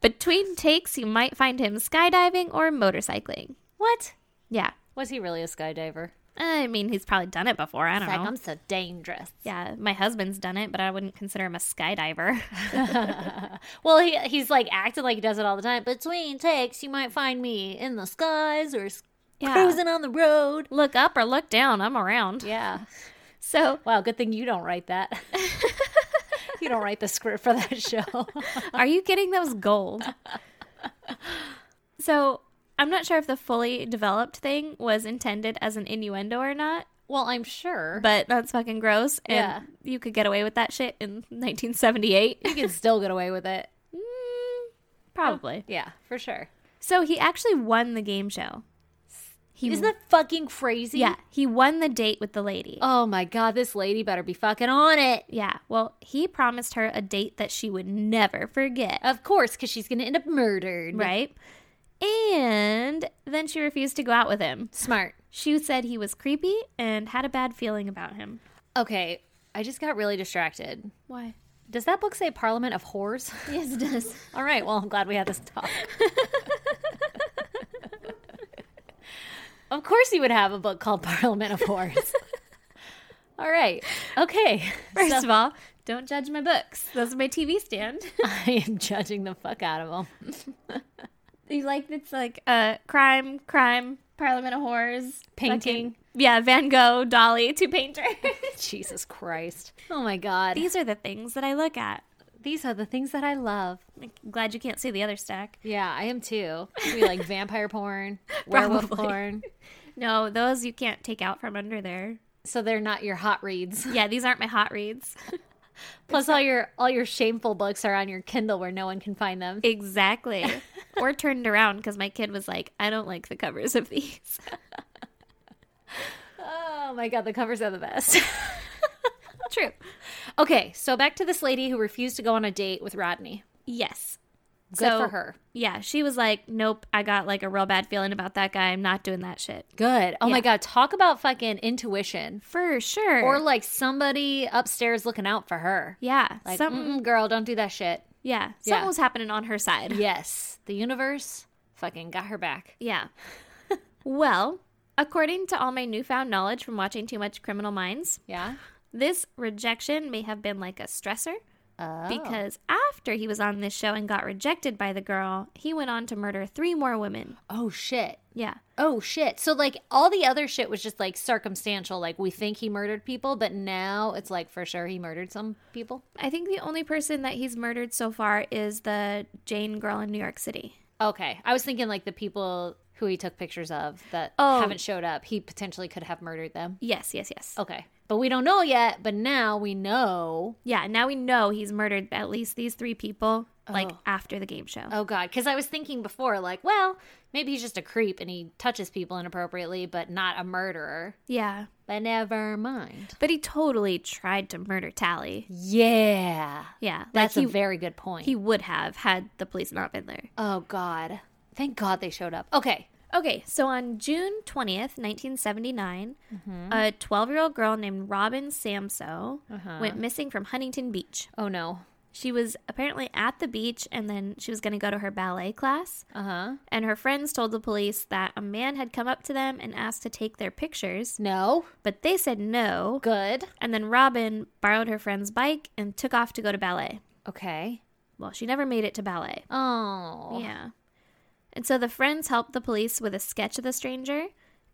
Speaker 1: Between takes, you might find him skydiving or motorcycling.
Speaker 3: what?
Speaker 1: Yeah.
Speaker 3: Was he really a skydiver?
Speaker 1: I mean, he's probably done it before. I don't
Speaker 3: Like
Speaker 1: know.
Speaker 3: I'm so dangerous.
Speaker 1: yeah, my husband's done it, but I wouldn't consider him a skydiver.
Speaker 3: Well, he he's like acting like he does it all the time. Between takes, you might find me in the skies or s-
Speaker 1: Yeah.
Speaker 3: cruising on the road.
Speaker 1: look up or look down. I'm around.
Speaker 3: Yeah.
Speaker 1: So
Speaker 3: Wow. Good thing you don't write that. you don't write the script for that show.
Speaker 1: Are you kidding? That was gold. So I'm not sure if the fully developed thing was intended as an innuendo or not,
Speaker 3: well, I'm sure, but
Speaker 1: but that's fucking gross. And
Speaker 3: Yeah.
Speaker 1: you could get away with that shit in 1978.
Speaker 3: you can still get away with it.
Speaker 1: Probably.
Speaker 3: Yeah, for sure.
Speaker 1: So he actually won the game show. He,
Speaker 3: Isn't that fucking crazy?
Speaker 1: Yeah, he won the date with the lady.
Speaker 3: Oh my god, this lady better be fucking on it.
Speaker 1: Yeah, well, he promised her a date that she would never forget.
Speaker 3: Of course, because she's gonna end up murdered.
Speaker 1: Right? And then she refused to go out with him.
Speaker 3: Smart.
Speaker 1: She said he was creepy and had a bad feeling about him.
Speaker 3: Okay, I just got really distracted.
Speaker 1: Why?
Speaker 3: Does that book say Parliament of Whores?
Speaker 1: Yes, it does.
Speaker 3: All right. Well, I'm glad we had this talk. of course, you would have a book called Parliament of Whores. All right. Okay.
Speaker 1: First of all, don't judge my books. Those are my TV stand.
Speaker 3: I am judging the fuck out of them.
Speaker 1: you like it's like uh, crime, crime, Parliament of Horrors,
Speaker 3: Painting.
Speaker 1: fucking- yeah, Van Gogh, Dolly, two painters.
Speaker 3: Jesus Christ. Oh my God.
Speaker 1: These are the things that I look at.
Speaker 3: These are the things that I love.
Speaker 1: I'm glad you can't see the other stack.
Speaker 3: Yeah, I am too. We like vampire porn, werewolf
Speaker 1: Probably.
Speaker 3: porn.
Speaker 1: No, those you can't take out from under there.
Speaker 3: So they're not your hot reads.
Speaker 1: Yeah, these aren't my hot reads.
Speaker 3: Plus, all your all your shameful books are on your Kindle where no one can find them.
Speaker 1: Exactly. or turned around because my kid was like, I don't like the covers of these.
Speaker 3: Oh my God, the covers are the best.
Speaker 1: True.
Speaker 3: Okay, so back to this lady who refused to go on a date with Rodney.
Speaker 1: Yes.
Speaker 3: Good
Speaker 1: So-
Speaker 3: for her.
Speaker 1: Yeah, she was like, "Nope, I got like a real bad feeling about that guy. I'm not doing that shit."
Speaker 3: Good. Oh
Speaker 1: Yeah.
Speaker 3: my God, talk about fucking intuition
Speaker 1: For sure.
Speaker 3: or like somebody upstairs looking out for her.
Speaker 1: yeah,
Speaker 3: Like,
Speaker 1: something
Speaker 3: "Mm-mm, girl, don't do that shit.
Speaker 1: mm. yeah,
Speaker 3: Yeah.
Speaker 1: something was happening on her side. Yeah.
Speaker 3: Yes, the universe fucking got her back.
Speaker 1: well, according to all my newfound knowledge from watching too much Criminal Minds,
Speaker 3: Yeah.
Speaker 1: this rejection may have been like a stressor
Speaker 3: Oh.
Speaker 1: because after he was on this show and got rejected by the girl, he went on to murder three more women.
Speaker 3: oh shit.
Speaker 1: Yeah.
Speaker 3: Oh shit. So like all the other shit was just like circumstantial. Like we think he murdered people, but now it's like for sure he murdered some people.
Speaker 1: I think the only person that he's murdered so far is the Jane girl in New York City.
Speaker 3: Okay. I was thinking like the people who he took pictures of that
Speaker 1: Oh.
Speaker 3: haven't showed up, he potentially could have murdered them.
Speaker 1: Yes, yes, yes.
Speaker 3: Okay. But we don't know yet, but now we know.
Speaker 1: Yeah, now we know he's murdered at least these three people, like
Speaker 3: Oh.
Speaker 1: after the game show.
Speaker 3: Oh god, cuz I was thinking before like, well, maybe he's just a creep and he touches people inappropriately, but not a murderer.
Speaker 1: Yeah.
Speaker 3: But never mind.
Speaker 1: But he totally tried to murder Tally.
Speaker 3: Yeah.
Speaker 1: Yeah. Like
Speaker 3: That's
Speaker 1: he,
Speaker 3: a very good point.
Speaker 1: he would have had the police not been there.
Speaker 3: oh god. Thank god they showed up. Okay.
Speaker 1: Okay, so on June 20th, 1979,
Speaker 3: Mm-hmm.
Speaker 1: a
Speaker 3: Uh-huh.
Speaker 1: 12 year old girl named Robin Samso went missing from Huntington Beach.
Speaker 3: Oh no.
Speaker 1: She was apparently at the beach and then she was going to go to her ballet class.
Speaker 3: Uh huh.
Speaker 1: And her friends told the police that a man had come up to them and asked to take their pictures,
Speaker 3: No.
Speaker 1: but they said no.
Speaker 3: Good.
Speaker 1: And then Robin borrowed her friend's bike and took off to go to ballet.
Speaker 3: Okay.
Speaker 1: Well, she never made it to ballet.
Speaker 3: Oh.
Speaker 1: Yeah. And so the friends helped the police with a sketch of the stranger.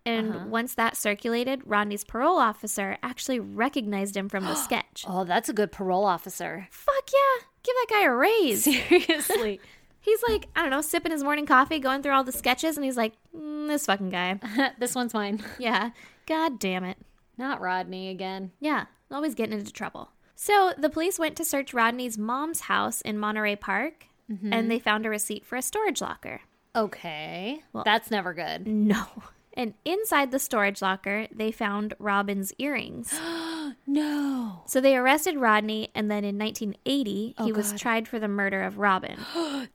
Speaker 1: And once that circulated, Rodney's parole officer actually recognized him from the sketch.
Speaker 3: Oh, that's a good parole officer.
Speaker 1: Fuck yeah. Give that guy a raise.
Speaker 3: Seriously.
Speaker 1: He's like, I don't know, sipping his morning coffee, going through all the sketches, and he's like, mm, this fucking guy.
Speaker 3: this one's mine.
Speaker 1: Yeah. God damn it.
Speaker 3: Not Rodney again.
Speaker 1: Yeah, always getting into trouble. So the police went to search Rodney's mom's house in Monterey Park,
Speaker 3: Mm-hmm.
Speaker 1: and they found a receipt for a storage locker.
Speaker 3: Okay. that's never good.
Speaker 1: No. And inside the storage locker, they found Robin's earrings.
Speaker 3: No.
Speaker 1: So they arrested Rodney, and then in 1980, he was
Speaker 3: Oh, God.
Speaker 1: tried for the murder of Robin.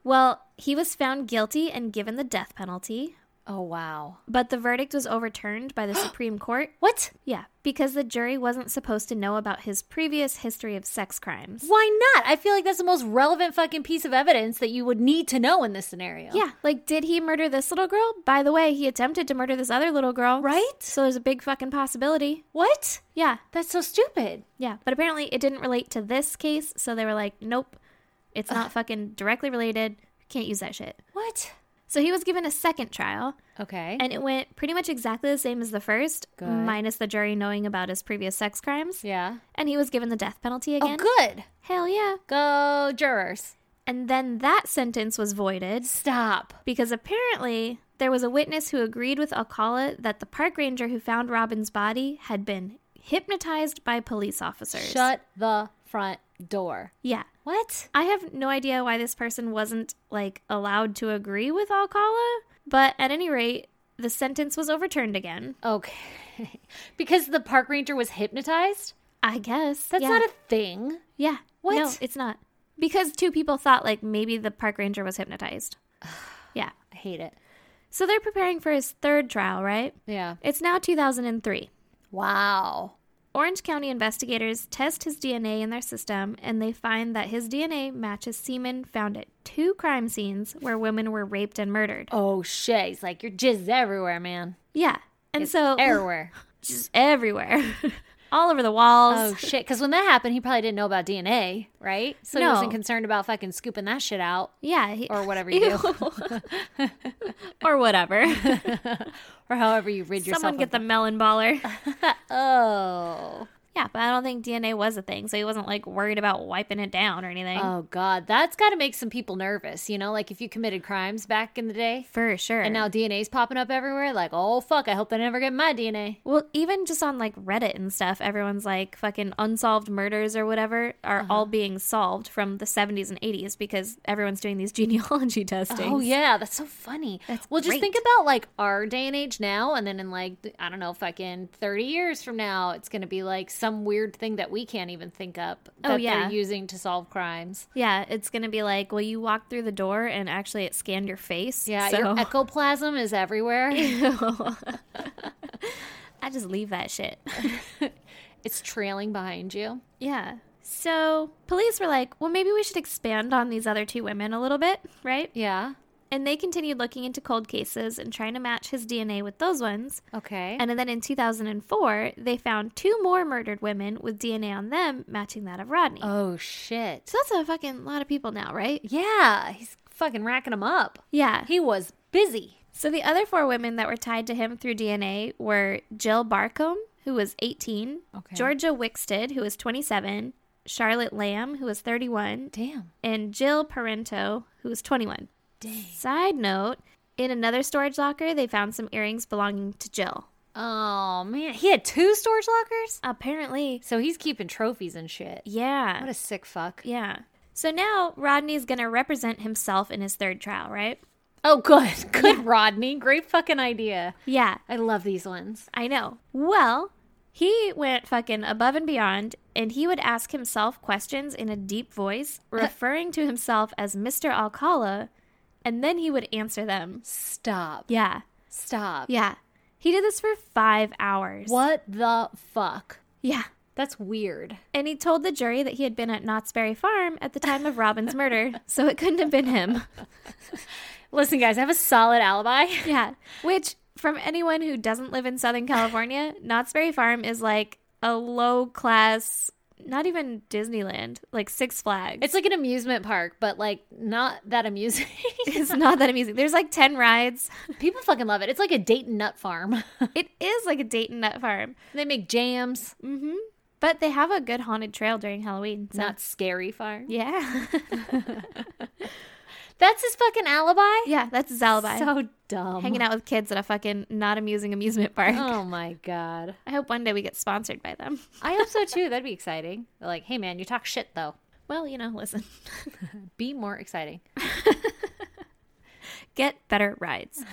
Speaker 1: well, he was found guilty and given the death penalty,
Speaker 3: Oh, wow.
Speaker 1: but the verdict was overturned by the Supreme Court.
Speaker 3: What?
Speaker 1: Yeah, because the jury wasn't supposed to know about his previous history of sex crimes.
Speaker 3: Why not? I feel like that's the most relevant fucking piece of evidence that you would need to know in this scenario.
Speaker 1: Yeah, like did he murder this little girl? By the way, he attempted to murder this other little girl.
Speaker 3: Right?
Speaker 1: So there's a big fucking possibility.
Speaker 3: What?
Speaker 1: Yeah,
Speaker 3: That's so stupid.
Speaker 1: yeah. But apparently it didn't relate to this case, so they were like, nope, it's not fucking directly related. Can't use that shit.
Speaker 3: What?
Speaker 1: So he was given a second trial,
Speaker 3: Okay.
Speaker 1: and it went pretty much exactly the same as the first,
Speaker 3: Good.
Speaker 1: minus the jury knowing about his previous sex crimes.
Speaker 3: yeah.
Speaker 1: And he was given the death penalty
Speaker 3: Oh,
Speaker 1: again.
Speaker 3: good.
Speaker 1: Hell yeah.
Speaker 3: Go jurors.
Speaker 1: And then that sentence was voided.
Speaker 3: Stop.
Speaker 1: because apparently there was a witness who agreed with Alcala that the park ranger who found Robin's body had been hypnotized by police officers.
Speaker 3: Shut the front door.
Speaker 1: Yeah.
Speaker 3: What?
Speaker 1: I have no idea why this person wasn't like allowed to agree with Alcala, but at any rate, the sentence was overturned again.
Speaker 3: Okay. because the park ranger was hypnotized?
Speaker 1: I guess.
Speaker 3: That's
Speaker 1: yeah.
Speaker 3: not a thing.
Speaker 1: Yeah.
Speaker 3: What?
Speaker 1: No, it's not. Because two people thought like maybe the park ranger was hypnotized. yeah.
Speaker 3: I hate it.
Speaker 1: So they're preparing for his third trial, right?
Speaker 3: Yeah.
Speaker 1: It's now 2003.
Speaker 3: Wow.
Speaker 1: Orange County investigators test his DNA in their system and they find that his DNA matches semen found at two crime scenes where women were raped and murdered.
Speaker 3: Oh shit. He's like, your jizz is everywhere, man.
Speaker 1: Yeah. And so
Speaker 3: Everywhere.
Speaker 1: just everywhere. All over the walls.
Speaker 3: Oh shit. Because when that happened, he probably didn't know about DNA, right? So he
Speaker 1: No.
Speaker 3: wasn't concerned about fucking scooping that shit out
Speaker 1: yeah. he-
Speaker 3: or whatever you do,
Speaker 1: Ew. or whatever.
Speaker 3: or however you rid yourself.
Speaker 1: Someone
Speaker 3: of
Speaker 1: get the melon baller.
Speaker 3: Oh.
Speaker 1: yeah, but I don't think DNA was a thing, so he wasn't like worried about wiping it down or anything.
Speaker 3: Oh god, that's got to make some people nervous. You know, like if you committed crimes back in the day,
Speaker 1: For sure.
Speaker 3: and now DNA's popping up everywhere. Like, oh fuck, I hope they never get my DNA.
Speaker 1: Well, even just on like Reddit and stuff, everyone's like fucking unsolved murders or whatever are
Speaker 3: Uh-huh.
Speaker 1: all being solved from the 70s and 80s because everyone's doing these genealogy testing.
Speaker 3: Oh yeah, that's so funny.
Speaker 1: That's
Speaker 3: well, just
Speaker 1: great.
Speaker 3: think about like our day and age now, and then in like th- I don't know, fucking thirty years from now, it's gonna be like some weird thing that we can't even think up
Speaker 1: Oh,
Speaker 3: that
Speaker 1: yeah.
Speaker 3: they're using to solve crimes.
Speaker 1: Yeah, it's going to be like, well, you walked through the door and actually it scanned your face.
Speaker 3: Yeah,
Speaker 1: so
Speaker 3: your ectoplasm is everywhere.
Speaker 1: I just leave that shit.
Speaker 3: it's trailing behind you.
Speaker 1: yeah. So police were like, well, maybe we should expand on these other two women a little bit, right?
Speaker 3: Yeah.
Speaker 1: And they continued looking into cold cases and trying to match his DNA with those ones.
Speaker 3: Okay.
Speaker 1: And then in 2004, they found two more murdered women with DNA on them matching that of Rodney.
Speaker 3: oh shit.
Speaker 1: so that's a fucking lot of people now, right?
Speaker 3: Yeah, he's fucking racking them up.
Speaker 1: Yeah.
Speaker 3: He was busy.
Speaker 1: So the other four women that were tied to him through DNA were Jill Barcombe, who was 18,
Speaker 3: Okay.
Speaker 1: Georgia Wixted, who was 27, Charlotte Lamb, who was 31,
Speaker 3: Damn.
Speaker 1: and Jill Parento, who was 21.
Speaker 3: Dang.
Speaker 1: Side note, in another storage locker, they found some earrings belonging to Jill.
Speaker 3: Oh man, he had two storage lockers.
Speaker 1: Apparently,
Speaker 3: So he's keeping trophies and shit.
Speaker 1: yeah.
Speaker 3: What a sick fuck.
Speaker 1: Yeah. So now Rodney's going to represent himself in his third trial, right?
Speaker 3: Oh, good. Good, Rodney. Great fucking idea.
Speaker 1: Yeah,
Speaker 3: I love these ones.
Speaker 1: I know. Well, he went fucking above and beyond, and he would ask himself questions in a deep voice, referring to himself as Mr. Alcala, and then he would answer them.
Speaker 3: Stop.
Speaker 1: Yeah,
Speaker 3: Stop.
Speaker 1: yeah. He did this for five hours.
Speaker 3: What the fuck?
Speaker 1: Yeah.
Speaker 3: That's weird.
Speaker 1: And he told the jury that he had been at Knott's Berry Farm at the time of Robin's murder, so it couldn't have been him.
Speaker 3: Listen, guys, I have a solid alibi.
Speaker 1: Yeah. Which, from anyone who doesn't live in Southern California, Knott's Berry Farm is like a low class, not even Disneyland, like Six Flags.
Speaker 3: It's like an amusement park, but like not that amusing.
Speaker 1: it's not that amusing. There's like 10 rides.
Speaker 3: People fucking love it. It's like a date and nut farm.
Speaker 1: It is like a Dayton nut farm,
Speaker 3: they make jams.
Speaker 1: but they have a good haunted trail during Halloween. So.
Speaker 3: Not scary farm.
Speaker 1: Yeah.
Speaker 3: That's his fucking alibi.
Speaker 1: yeah, that's his alibi.
Speaker 3: So dumb.
Speaker 1: Hanging out with kids at a fucking not amusing amusement park.
Speaker 3: Oh my god.
Speaker 1: I hope one day we get sponsored by them.
Speaker 3: I hope so too. That'd be exciting. They're like, hey man, you talk shit though.
Speaker 1: Well, you know, listen,
Speaker 3: Be more exciting.
Speaker 1: get better rides.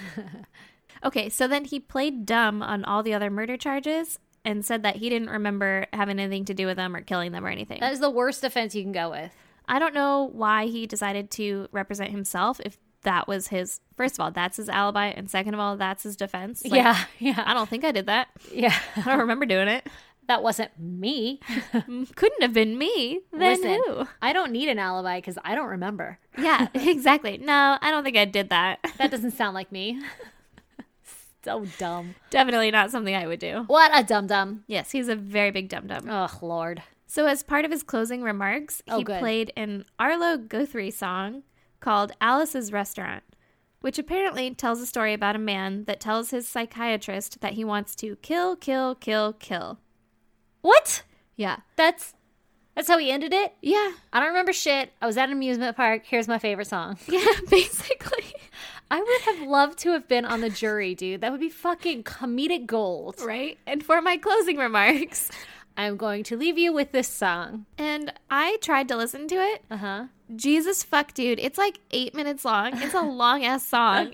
Speaker 1: okay, so then he played dumb on all the other murder charges and said that he didn't remember having anything to do with them or killing them or anything.
Speaker 3: That is the worst offense you can go with.
Speaker 1: I don't know why he decided to represent himself if that was his, first of all, that's his alibi. And second of all, that's his defense. Like,
Speaker 3: yeah, yeah,
Speaker 1: I don't think I did that.
Speaker 3: yeah.
Speaker 1: I don't remember doing it.
Speaker 3: That wasn't me.
Speaker 1: Couldn't have been me. Then
Speaker 3: Listen,
Speaker 1: who?
Speaker 3: I don't need an alibi because I don't remember.
Speaker 1: Yeah, exactly. No, I don't think I did that.
Speaker 3: That doesn't sound like me. so dumb.
Speaker 1: Definitely not something I would do.
Speaker 3: What a dum dum.
Speaker 1: Yes, he's a very big dum dum.
Speaker 3: Oh Lord.
Speaker 1: So, as part of his closing remarks,
Speaker 3: Oh,
Speaker 1: he
Speaker 3: good.
Speaker 1: played an Arlo Guthrie song called Alice's Restaurant, which apparently tells a story about a man that tells his psychiatrist that he wants to kill, kill, kill, kill.
Speaker 3: What?
Speaker 1: Yeah.
Speaker 3: That's that's how he ended it.
Speaker 1: Yeah.
Speaker 3: I don't remember shit. I was at an amusement park. Here's my favorite song.
Speaker 1: Yeah, basically.
Speaker 3: I would have loved to have been on the jury, dude. That would be fucking comedic gold.
Speaker 1: Right. And for my closing remarks,
Speaker 3: I'm going to leave you with this song.
Speaker 1: and I tried to listen to it.
Speaker 3: Uh huh.
Speaker 1: Jesus fuck, dude. It's like eight minutes long. It's a long ass song,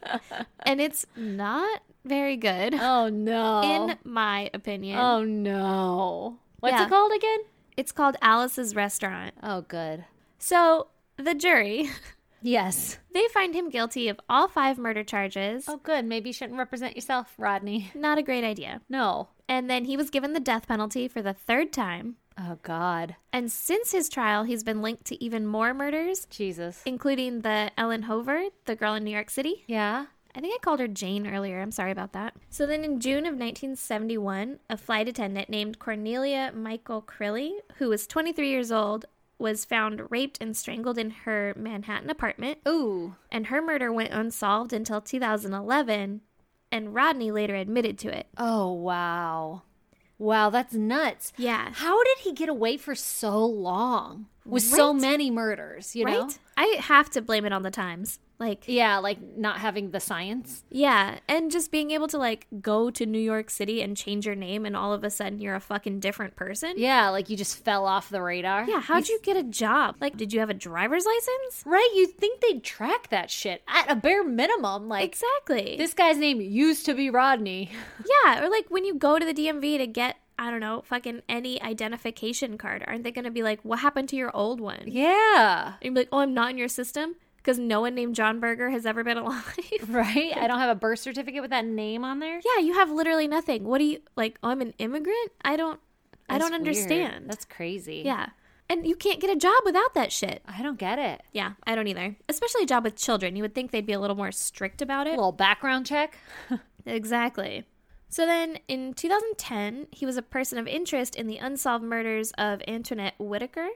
Speaker 1: and it's not very good,
Speaker 3: Oh no.
Speaker 1: in my opinion.
Speaker 3: oh no. What's
Speaker 1: Yeah.
Speaker 3: it called again?
Speaker 1: It's called Alice's Restaurant.
Speaker 3: Oh, good.
Speaker 1: So the jury,
Speaker 3: Yes.
Speaker 1: they find him guilty of all five murder charges.
Speaker 3: Oh, good. Maybe you shouldn't represent yourself, Rodney.
Speaker 1: Not a great idea.
Speaker 3: No.
Speaker 1: And then he was given the death penalty for the third time.
Speaker 3: Oh, God.
Speaker 1: And since his trial, he's been linked to even more murders,
Speaker 3: Jesus.
Speaker 1: including the Ellen Hover, the girl in New York City.
Speaker 3: Yeah.
Speaker 1: I think I called her Jane earlier. I'm sorry about that. So then in June of 1971, a flight attendant named Cornelia Michael Crilly, who was 23 years old, was found raped and strangled in her Manhattan apartment.
Speaker 3: Ooh.
Speaker 1: and her murder went unsolved until 2011, and Rodney later admitted to it.
Speaker 3: Oh, wow. Wow, that's nuts.
Speaker 1: Yeah.
Speaker 3: How did he get away for so long with so
Speaker 1: Right?
Speaker 3: many murders, you know?
Speaker 1: Right? I have to blame it on the times. Like,
Speaker 3: Yeah, like not having the science.
Speaker 1: yeah, and just being able to like go to New York City and change your name, and all of a sudden you're a fucking different person.
Speaker 3: Yeah, like you just fell off the radar.
Speaker 1: Yeah, how'd you get a job? Like, did you have a driver's license?
Speaker 3: Right? You'd think they'd track that shit at a bare minimum. Like,
Speaker 1: Exactly.
Speaker 3: this guy's name used to be Rodney.
Speaker 1: yeah, or like when you go to the DMV to get, I don't know, fucking any identification card, aren't they gonna be like, what happened to your old one?
Speaker 3: Yeah.
Speaker 1: And you'd be like, oh, I'm not in your system because no one named John Berger has ever been alive.
Speaker 3: Right? I don't have a birth certificate with that name on there.
Speaker 1: yeah, you have literally nothing. What do you like? Oh, I'm an immigrant. I don't. I
Speaker 3: That's
Speaker 1: don't
Speaker 3: weird.
Speaker 1: understand.
Speaker 3: That's crazy.
Speaker 1: yeah, and you can't get a job without that shit.
Speaker 3: I don't get it.
Speaker 1: Yeah, I don't either. Especially a job with children. You would think they'd be a little more strict about it.
Speaker 3: little background check.
Speaker 1: Exactly. So then in 2010, he was a person of interest in the unsolved murders of Antoinette Whittaker,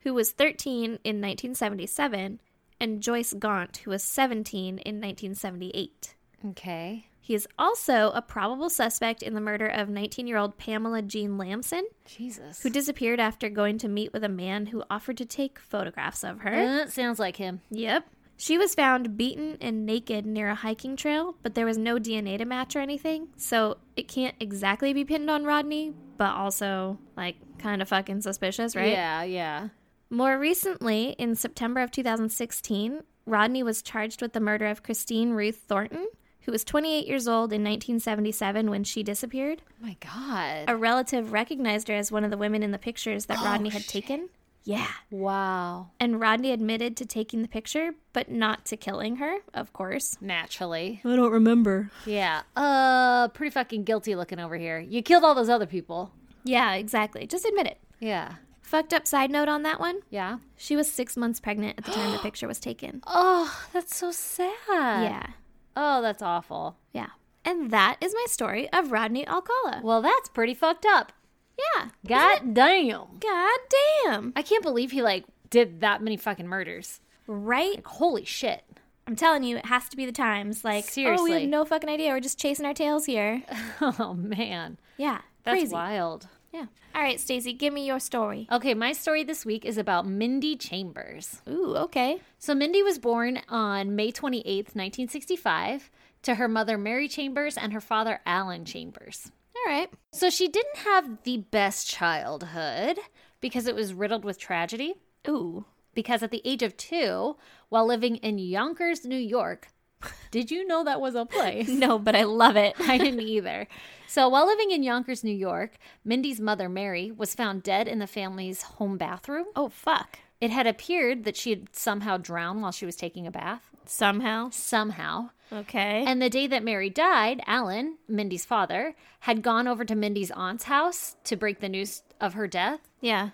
Speaker 1: who was 13 in 1977, and Joyce Gaunt, who was 17 in 1978.
Speaker 3: Okay.
Speaker 1: He is also a probable suspect in the murder of 19 year old Pamela Jean Lamson,
Speaker 3: Jesus.
Speaker 1: who disappeared after going to meet with a man who offered to take photographs of her.
Speaker 3: Uh, sounds like him.
Speaker 1: Yep. She was found beaten and naked near a hiking trail, but there was no DNA to match or anything, so it can't exactly be pinned on Rodney, but also, like, kind of fucking suspicious, right?
Speaker 3: Yeah, yeah.
Speaker 1: More recently, in September of 2016, Rodney was charged with the murder of Christine Ruth Thornton, who was 28 years old in 1977 when she disappeared.
Speaker 3: Oh my God.
Speaker 1: A relative recognized her as one of the women in the pictures that Rodney had
Speaker 3: shit.
Speaker 1: taken. Yeah.
Speaker 3: wow.
Speaker 1: And Rodney admitted to taking the picture, but not to killing her, of course.
Speaker 3: Naturally.
Speaker 1: I don't remember.
Speaker 3: Yeah. Uh, pretty fucking guilty looking over here. You killed all those other people.
Speaker 1: Yeah, exactly. Just admit it.
Speaker 3: Yeah.
Speaker 1: Fucked up side note on that one.
Speaker 3: Yeah.
Speaker 1: She was six months pregnant at the time the picture was taken.
Speaker 3: Oh, that's so sad.
Speaker 1: Yeah.
Speaker 3: Oh, that's awful.
Speaker 1: Yeah. And that is my story of Rodney Alcala.
Speaker 3: Well, that's pretty fucked up.
Speaker 1: Yeah.
Speaker 3: God damn.
Speaker 1: God damn.
Speaker 3: I can't believe he like did that many fucking murders.
Speaker 1: Right?
Speaker 3: Holy shit.
Speaker 1: I'm telling you, it has to be the times. Like, oh, we
Speaker 3: Seriously.
Speaker 1: have no fucking idea. We're just chasing our tails here.
Speaker 3: Oh man.
Speaker 1: Yeah.
Speaker 3: That's
Speaker 1: crazy.
Speaker 3: wild.
Speaker 1: Yeah. All right, Stacey, give me your story.
Speaker 3: Okay, my story this week is about Mindy Chambers.
Speaker 1: Ooh, okay.
Speaker 3: So Mindy was born on May 28th, 1965, to her mother Mary Chambers and her father Alan Chambers.
Speaker 1: All right.
Speaker 3: So she didn't have the best childhood because it was riddled with tragedy.
Speaker 1: Ooh.
Speaker 3: Because at the age of two, while living in Yonkers, New York, did you know that was a place?
Speaker 1: No, but I love it.
Speaker 3: I didn't either. So while living in Yonkers, New York, Mindy's mother, Mary, was found dead in the family's home bathroom.
Speaker 1: oh, fuck.
Speaker 3: It had appeared that she had somehow drowned while she was taking a bath,
Speaker 1: Somehow.
Speaker 3: somehow.
Speaker 1: Okay.
Speaker 3: And the day that Mary died, Alan, Mindy's father, had gone over to Mindy's aunt's house to break the news of her death.
Speaker 1: yeah.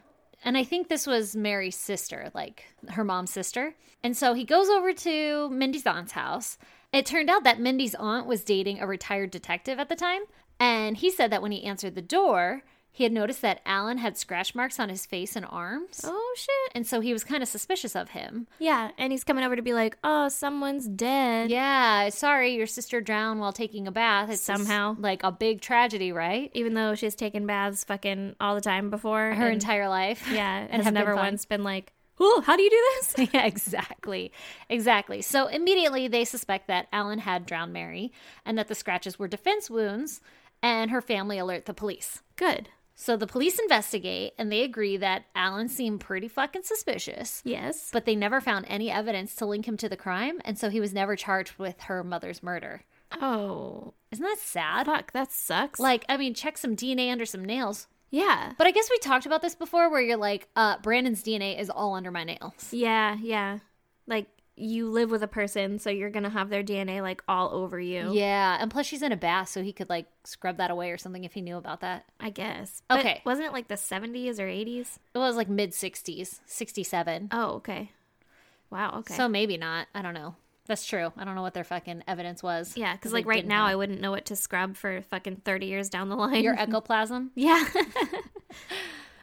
Speaker 3: And I think this was Mary's sister, like her mom's sister. And so he goes over to Mindy's aunt's house. It turned out that Mindy's aunt was dating a retired detective at the time. And he said that when he answered the door, he had noticed that Alan had scratch marks on his face and arms.
Speaker 1: Oh, shit.
Speaker 3: And so he was kind of suspicious of him.
Speaker 1: Yeah. And he's coming over to be like, oh, someone's dead.
Speaker 3: Yeah, sorry, your sister drowned while taking a bath. It's just,
Speaker 1: Somehow.
Speaker 3: like a big tragedy, right?
Speaker 1: Even though she's taken baths fucking all the time before.
Speaker 3: Her
Speaker 1: and-
Speaker 3: entire life.
Speaker 1: Yeah. And
Speaker 3: and have
Speaker 1: has
Speaker 3: been
Speaker 1: never
Speaker 3: fun.
Speaker 1: once been like, ooh, how do you do this?
Speaker 3: yeah, exactly. Exactly. So immediately they suspect that Alan had drowned Mary and that the scratches were defense wounds, and her family alert the police.
Speaker 1: Good.
Speaker 3: So the police investigate and they agree that Alan seemed pretty fucking suspicious,
Speaker 1: Yes.
Speaker 3: but they never found any evidence to link him to the crime, and so he was never charged with her mother's murder.
Speaker 1: Oh,
Speaker 3: Isn't that sad?
Speaker 1: fuck. That sucks.
Speaker 3: Like, I mean, check some DNA under some nails.
Speaker 1: yeah.
Speaker 3: But I guess we talked about this before where you're like, uh, Brandon's DNA is all under my nails.
Speaker 1: Yeah. Yeah. Like, you live with a person, so you're going to have their DNA like all over you.
Speaker 3: Yeah. And plus, she's in a bath, so he could like scrub that away or something if he knew about that.
Speaker 1: I guess. But
Speaker 3: Okay.
Speaker 1: Wasn't it like the 70s or 80s?
Speaker 3: It was like mid 60s, 67.
Speaker 1: Oh, okay. Wow. Okay.
Speaker 3: So maybe not. I don't know. That's true. I don't know what their fucking evidence was.
Speaker 1: yeah, because
Speaker 3: they
Speaker 1: like right
Speaker 3: didn't
Speaker 1: now,
Speaker 3: know.
Speaker 1: I wouldn't know what to scrub for fucking 30 years down the line.
Speaker 3: your ectoplasm.
Speaker 1: yeah.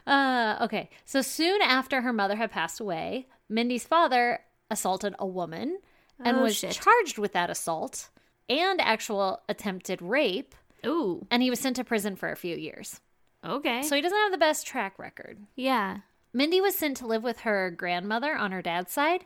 Speaker 3: Uh, okay. So soon after her mother had passed away, Mindy's father assaulted a woman and
Speaker 1: Oh,
Speaker 3: was
Speaker 1: shit.
Speaker 3: charged with that assault and actual attempted rape.
Speaker 1: Ooh.
Speaker 3: And he was sent to prison for a few years.
Speaker 1: Okay.
Speaker 3: So he doesn't have the best track record.
Speaker 1: yeah.
Speaker 3: Mindy was sent to live with her grandmother on her dad's side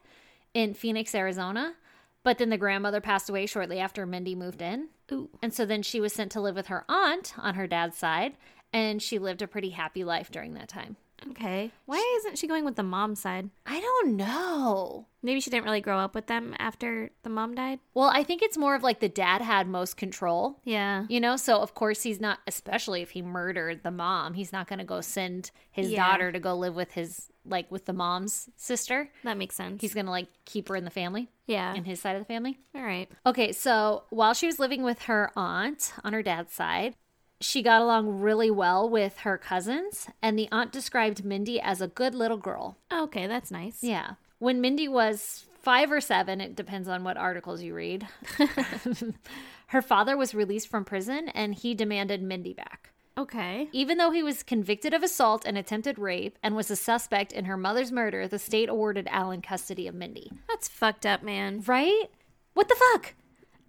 Speaker 3: in Phoenix, Arizona, but then the grandmother passed away shortly after Mindy moved in.
Speaker 1: Ooh.
Speaker 3: And so then she was sent to live with her aunt on her dad's side, and she lived a pretty happy life during that time.
Speaker 1: Okay. Why isn't she going with the mom side?
Speaker 3: I don't know.
Speaker 1: Maybe she didn't really grow up with them after the mom died.
Speaker 3: Well, I think it's more of like the dad had most control,
Speaker 1: Yeah.
Speaker 3: you know? So, of course, he's not, especially if he murdered the mom, he's not going to go send his
Speaker 1: Yeah.
Speaker 3: daughter to go live with his, like, with the mom's sister.
Speaker 1: That makes sense.
Speaker 3: He's going to, like, keep her in the family,
Speaker 1: yeah.
Speaker 3: in his side of the family.
Speaker 1: All right.
Speaker 3: Okay, so while she was living with her aunt on her dad's side, she got along really well with her cousins, and the aunt described Mindy as a good little girl.
Speaker 1: Okay, that's nice.
Speaker 3: Yeah. When Mindy was five or seven, it depends on what articles you read, her father was released from prison and he demanded Mindy back.
Speaker 1: Okay.
Speaker 3: Even though he was convicted of assault and attempted rape and was a suspect in her mother's murder, the state awarded Allen custody of Mindy.
Speaker 1: That's fucked up, man.
Speaker 3: Right? What the fuck?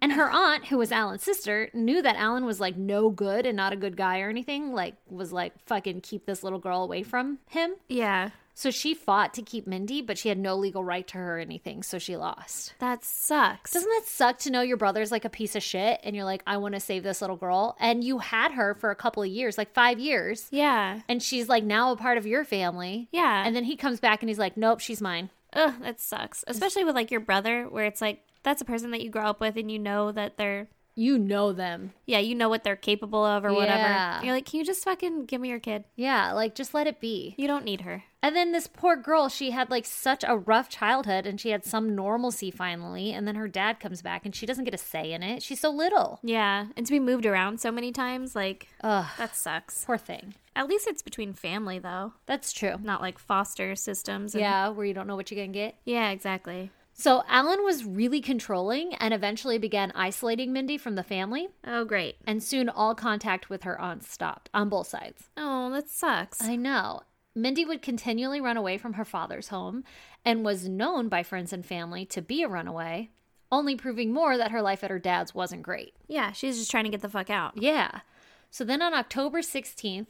Speaker 3: And her aunt, who was Alan's sister, knew that Alan was like no good and not a good guy or anything, like, was like, fucking keep this little girl away from him.
Speaker 1: Yeah.
Speaker 3: So she fought to keep Mindy, but she had no legal right to her or anything, so she lost.
Speaker 1: That sucks.
Speaker 3: Doesn't that suck to know your brother's like a piece of shit and you're like, I want to save this little girl? And you had her for a couple of years, like five years,
Speaker 1: yeah.
Speaker 3: and she's like now a part of your family.
Speaker 1: Yeah.
Speaker 3: And then he comes back and he's like, nope, she's mine.
Speaker 1: Ugh, that sucks. Especially with like your brother, where it's like that's a person that you grow up with and you know that they're
Speaker 3: You know them.
Speaker 1: yeah, you know what they're capable of or whatever.
Speaker 3: Yeah.
Speaker 1: You're like, can you just fucking give me your kid?
Speaker 3: Yeah, like just let it be.
Speaker 1: You don't need her.
Speaker 3: And then this poor girl, she had like such a rough childhood and she had some normalcy finally. And then her dad comes back and she doesn't get a say in it. She's so little.
Speaker 1: Yeah, and to be moved around so many times, like
Speaker 3: Ugh,
Speaker 1: that sucks.
Speaker 3: poor thing.
Speaker 1: At least it's between family though,
Speaker 3: That's true.
Speaker 1: not like foster systems. and-
Speaker 3: Yeah, where you don't know what you're going to get.
Speaker 1: Yeah, exactly.
Speaker 3: So Alan was really controlling and eventually began isolating Mindy from the family.
Speaker 1: Oh, great.
Speaker 3: And soon all contact with her aunts stopped on both sides.
Speaker 1: Oh, that sucks.
Speaker 3: I know. Mindy would continually run away from her father's home and was known by friends and family to be a runaway, only proving more that her life at her dad's wasn't great.
Speaker 1: yeah, she's just trying to get the fuck out.
Speaker 3: Yeah. So then on October 16th,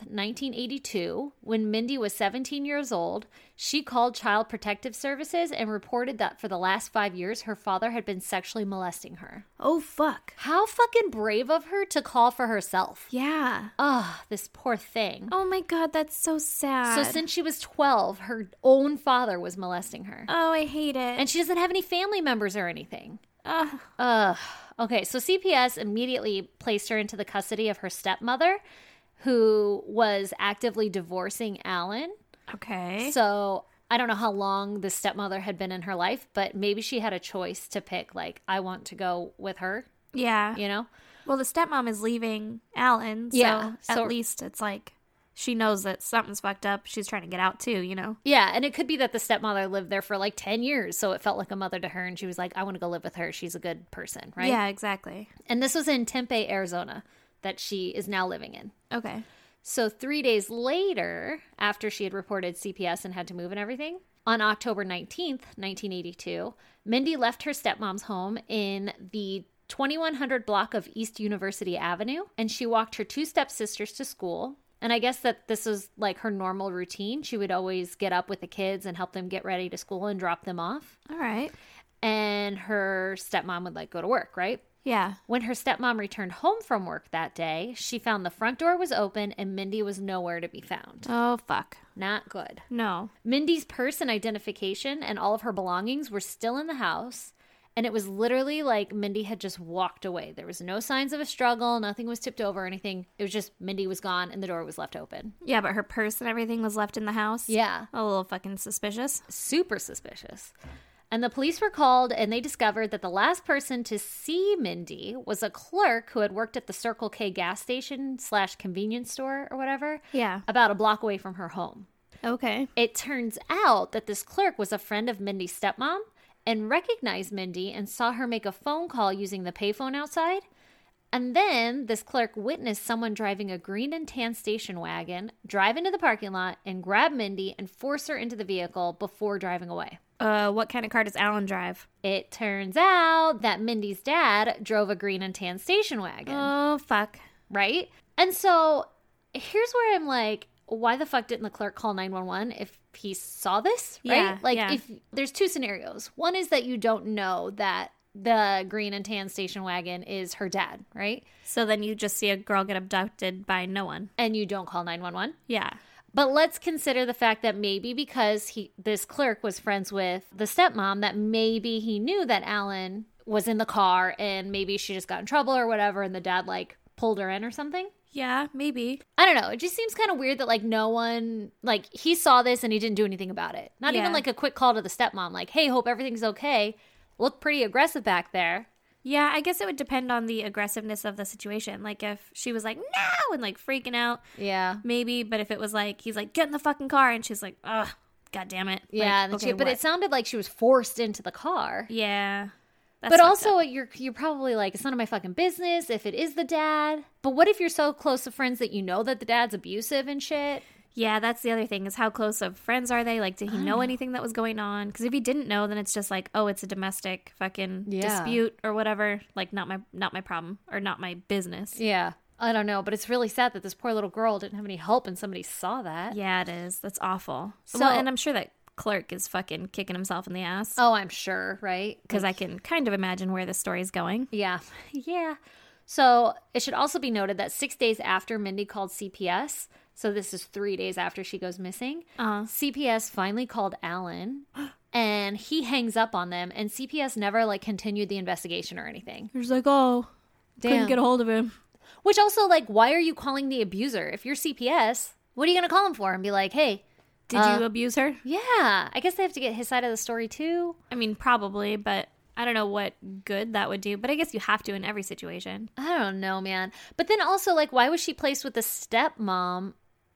Speaker 3: 1982, when Mindy was 17 years old, she called Child Protective Services and reported that for the last five years, her father had been sexually molesting her.
Speaker 1: Oh, fuck.
Speaker 3: How fucking brave of her to call for herself.
Speaker 1: Yeah.
Speaker 3: Ugh, this poor thing.
Speaker 1: Oh my god, that's so sad.
Speaker 3: So since she was 12, her own father was molesting her.
Speaker 1: oh, I hate it.
Speaker 3: And she doesn't have any family members or anything.
Speaker 1: Ugh.
Speaker 3: Ugh. Okay, so CPS immediately placed her into the custody of her stepmother, who was actively divorcing Alan.
Speaker 1: okay.
Speaker 3: So I don't know how long the stepmother had been in her life, but maybe she had a choice to pick, like, I want to go with her,
Speaker 1: yeah.
Speaker 3: you know?
Speaker 1: Well, the stepmom is leaving Alan, so
Speaker 3: Yeah,
Speaker 1: at
Speaker 3: so-
Speaker 1: least it's like she knows that something's fucked up. She's trying to get out too, you know.
Speaker 3: Yeah, and it could be that the stepmother lived there for like 10 years, so it felt like a mother to her, and she was like, I want to go live with her. She's a good person, right?
Speaker 1: Yeah, exactly.
Speaker 3: And this was in Tempe, Arizona, that she is now living in.
Speaker 1: Okay.
Speaker 3: So, three days later, after she had reported CPS and had to move and everything, on October 19th, 1982, Mindy left her stepmom's home in the 2100 block of East University Avenue, and she walked her two stepsisters to school. And I guess that this was like her normal routine. She would always get up with the kids and help them get ready to school and drop them off.
Speaker 1: All right.
Speaker 3: And her stepmom would like go to work, right?
Speaker 1: Yeah.
Speaker 3: When her stepmom returned home from work that day, she found the front door was open and Mindy was nowhere to be found.
Speaker 1: Oh fuck.
Speaker 3: Not good.
Speaker 1: No.
Speaker 3: Mindy's purse and identification and all of her belongings were still in the house, and it was literally like Mindy had just walked away. There was no signs of a struggle, nothing was tipped over or anything. It was just Mindy was gone and the door was left open.
Speaker 1: Yeah, but her purse and everything was left in the house.
Speaker 3: Yeah.
Speaker 1: A little fucking suspicious.
Speaker 3: super suspicious. And the police were called and they discovered that the last person to see Mindy was a clerk who had worked at the Circle K gas station slash convenience store or whatever,
Speaker 1: Yeah.
Speaker 3: about a block away from her home.
Speaker 1: Okay.
Speaker 3: It turns out that this clerk was a friend of Mindy's stepmom and recognized Mindy and saw her make a phone call using the payphone outside. And then this clerk witnessed someone driving a green and tan station wagon drive into the parking lot and grab Mindy and force her into the vehicle before driving away.
Speaker 1: Uh, what kind of car does Alan drive?
Speaker 3: It turns out that Mindy's dad drove a green and tan station wagon,
Speaker 1: Oh fuck.
Speaker 3: right? And so here's where I'm like, why the fuck didn't the clerk call 911 if he saw this, right?
Speaker 1: Yeah,
Speaker 3: like,
Speaker 1: yeah.
Speaker 3: if there's two scenarios. One is that you don't know that the green and tan station wagon is her dad, right?
Speaker 1: So then you just see a girl get abducted by no one.
Speaker 3: And you don't call 911.
Speaker 1: Yeah.
Speaker 3: But let's consider the fact that maybe because he this clerk was friends with the stepmom, that maybe he knew that Alan was in the car and maybe she just got in trouble or whatever, and the dad like pulled her in or something.
Speaker 1: Yeah, maybe.
Speaker 3: I don't know. It just seems kind of weird that like no one like he saw this and he didn't do anything about it. Not
Speaker 1: Yeah.
Speaker 3: even like a quick call to the stepmom, like, "Hey, hope everything's okay." Looked pretty aggressive back there.
Speaker 1: Yeah, I guess it would depend on the aggressiveness of the situation. Like if she was like, no, and like freaking out,
Speaker 3: Yeah.
Speaker 1: maybe. But if it was like, he's like, get in the fucking car. And she's like, ugh, god damn it.
Speaker 3: Yeah,
Speaker 1: Like,
Speaker 3: and she- but
Speaker 1: what?
Speaker 3: it sounded like she was forced into the car.
Speaker 1: Yeah. That's
Speaker 3: but
Speaker 1: fucked up.
Speaker 3: also, you're you're probably like, it's none of my fucking business if it is the dad. But what if you're so close to friends that you know that the dad's abusive and shit?
Speaker 1: Yeah, that's the other thing is how close of friends are they? Like, did he
Speaker 3: Ah.
Speaker 1: know anything that was going on? Because if he didn't know, then it's just like, oh, it's a domestic fucking
Speaker 3: Yeah.
Speaker 1: dispute or whatever. Like, not my not my problem or not my business. Yeah,
Speaker 3: Yeah, I don't know, but it's really sad that this poor little girl didn't have any help and somebody saw that.
Speaker 1: it is. That's awful.
Speaker 3: So-
Speaker 1: well, and I'm sure that clerk is fucking kicking himself in the ass
Speaker 3: Oh, I'm sure, right?
Speaker 1: because I can kind of imagine where the story's going.
Speaker 3: Yeah, yeah. So it should also be noted that six days after Mindy called CPS, so this is three days after she goes missing,
Speaker 1: Uh,
Speaker 3: CPS finally called Alan. And he hangs up on them, and CPS never like continued the investigation or anything.
Speaker 1: He's like, oh,
Speaker 3: Damn.
Speaker 1: a hold of him.
Speaker 3: Which also, like, why are you calling the abuser? If you're CPS, what are you going to call him for? And be like, hey,
Speaker 1: Did you abuse her?
Speaker 3: yeah, I guess they have to get his side of the story too.
Speaker 1: I mean, probably, but I don't know what good that would do. But I guess you have to in every situation.
Speaker 3: I don't know, man. But then also, like, why was she placed with the stepmom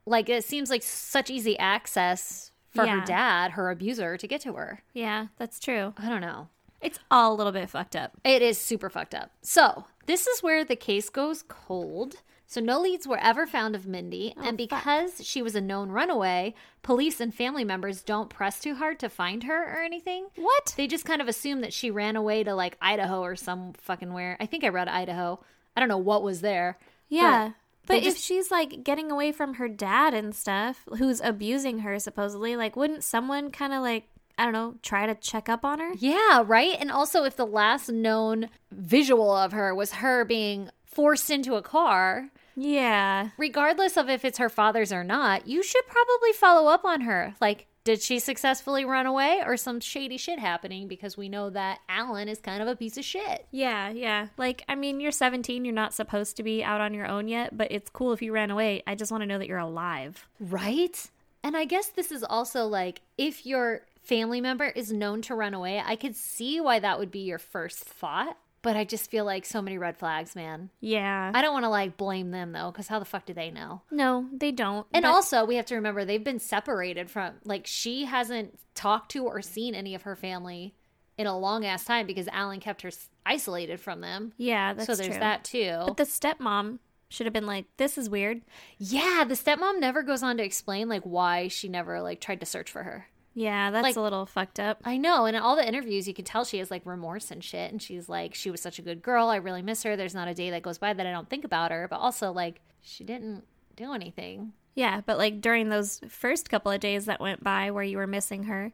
Speaker 3: Like it seems like such easy access for
Speaker 1: Yeah.
Speaker 3: her dad, her abuser, to get to her.
Speaker 1: Yeah, that's true.
Speaker 3: I don't know.
Speaker 1: It's all a little bit fucked up.
Speaker 3: It is super fucked up. So, this is where the case goes cold. So, no leads were ever found of Mindy.
Speaker 1: Oh,
Speaker 3: and because she was a known runaway, police and family members don't press too hard to find her or anything.
Speaker 1: What?
Speaker 3: They just kind of assume that she ran away to like Idaho or some fucking where. I think I read Idaho. I don't know what was there.
Speaker 1: Yeah. But,
Speaker 3: they
Speaker 1: if
Speaker 3: just-
Speaker 1: she's like getting away from her dad and stuff, who's abusing her supposedly, like wouldn't someone kind of like, I don't know, try to check up on her?
Speaker 3: Yeah, right? And also, if the last known visual of her was her being forced into a car,
Speaker 1: Yeah.
Speaker 3: regardless of if it's her father's or not, you should probably follow up on her. Like, did she successfully run away or some shady shit happening? Because we know that Alan is kind of a piece of shit.
Speaker 1: Yeah, yeah. Like, I mean, you're 17, you're not supposed to be out on your own yet, but it's cool if you ran away. I just want to know that you're alive.
Speaker 3: Right? And I guess this is also like if your family member is known to run away, I could see why that would be your first thought. But I just feel like so many red flags, man.
Speaker 1: Yeah.
Speaker 3: I don't want to like blame them though, because how the fuck do they know?
Speaker 1: no, they don't.
Speaker 3: And
Speaker 1: but-
Speaker 3: also, we have to remember they've been separated from, like, she hasn't talked to or seen any of her family in a long ass time because Alan kept her s- isolated from them.
Speaker 1: yeah, that's
Speaker 3: so there's
Speaker 1: true.
Speaker 3: that too.
Speaker 1: But the stepmom should have been like, this is weird.
Speaker 3: yeah, the stepmom never goes on to explain, like, why she never, like, tried to search for her.
Speaker 1: Yeah, that's
Speaker 3: Like-
Speaker 1: a little fucked up.
Speaker 3: I know. And in all the interviews, you can tell she has, like, remorse and shit. And she's like, she was such a good girl. I really miss her. There's not a day that goes by that I don't think about her. But also, like, she didn't do anything.
Speaker 1: Yeah, but like during those first couple of days that went by where you were missing her,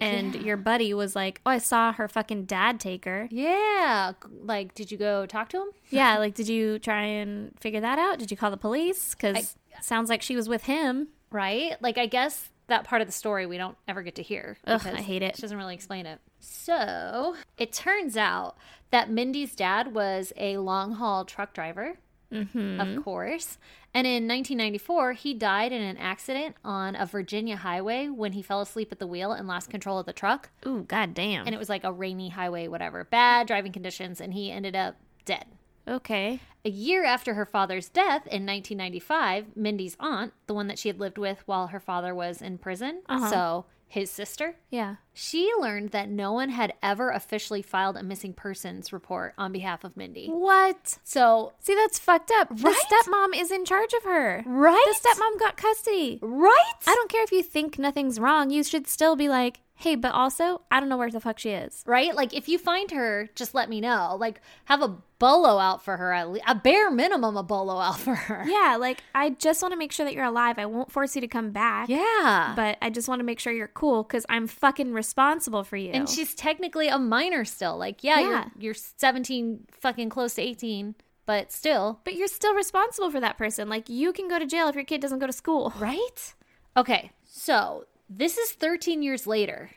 Speaker 1: and your buddy was like, "Oh, I saw her fucking dad take her."
Speaker 3: Yeah. Like, did you go talk to him?
Speaker 1: Yeah, like did you try and figure that out? Did you call the police? Because sounds like she was with him.
Speaker 3: right? Like I guess that part of the story we don't ever get to hear.
Speaker 1: Ugh,
Speaker 3: because
Speaker 1: I hate it.
Speaker 3: She doesn't really explain it. So it turns out that Mindy's dad was a long haul truck driver.
Speaker 1: Mm-hmm.
Speaker 3: Of course. And in 1994, he died in an accident on a Virginia highway when he fell asleep at the wheel and lost control of the truck.
Speaker 1: Ooh, goddamn.
Speaker 3: And it was like a rainy highway, whatever, bad driving conditions, and he ended up dead.
Speaker 1: okay.
Speaker 3: A year after her father's death in 1995, Mindy's aunt, the one that she had lived with while her father was in prison,
Speaker 1: Uh-huh.
Speaker 3: so his sister,
Speaker 1: Yeah.
Speaker 3: she learned that no one had ever officially filed a missing persons report on behalf of Mindy.
Speaker 1: What?
Speaker 3: So,
Speaker 1: See, that's fucked up.
Speaker 3: Right?
Speaker 1: The stepmom is in charge of her.
Speaker 3: right?
Speaker 1: The stepmom got custody.
Speaker 3: right?
Speaker 1: I don't care if you think nothing's wrong. You should still be like, "Hey, but also, I don't know where the fuck she is."
Speaker 3: right? Like, if you find her, just let me know. Like, have a bolo out for her, at le- a bare minimum, a bolo out for her.
Speaker 1: Yeah, like I just want to make sure that you're alive. I won't force you to come back.
Speaker 3: Yeah.
Speaker 1: But I just want to make sure you're cool because I'm fucking responsible for you.
Speaker 3: And she's technically a minor still. Like, yeah, You're,
Speaker 1: Yeah.
Speaker 3: you're 17, fucking close to 18, but still.
Speaker 1: But you're still responsible for that person. Like you can go to jail if your kid doesn't go to school.
Speaker 3: Right? Okay. So this is 13 years later.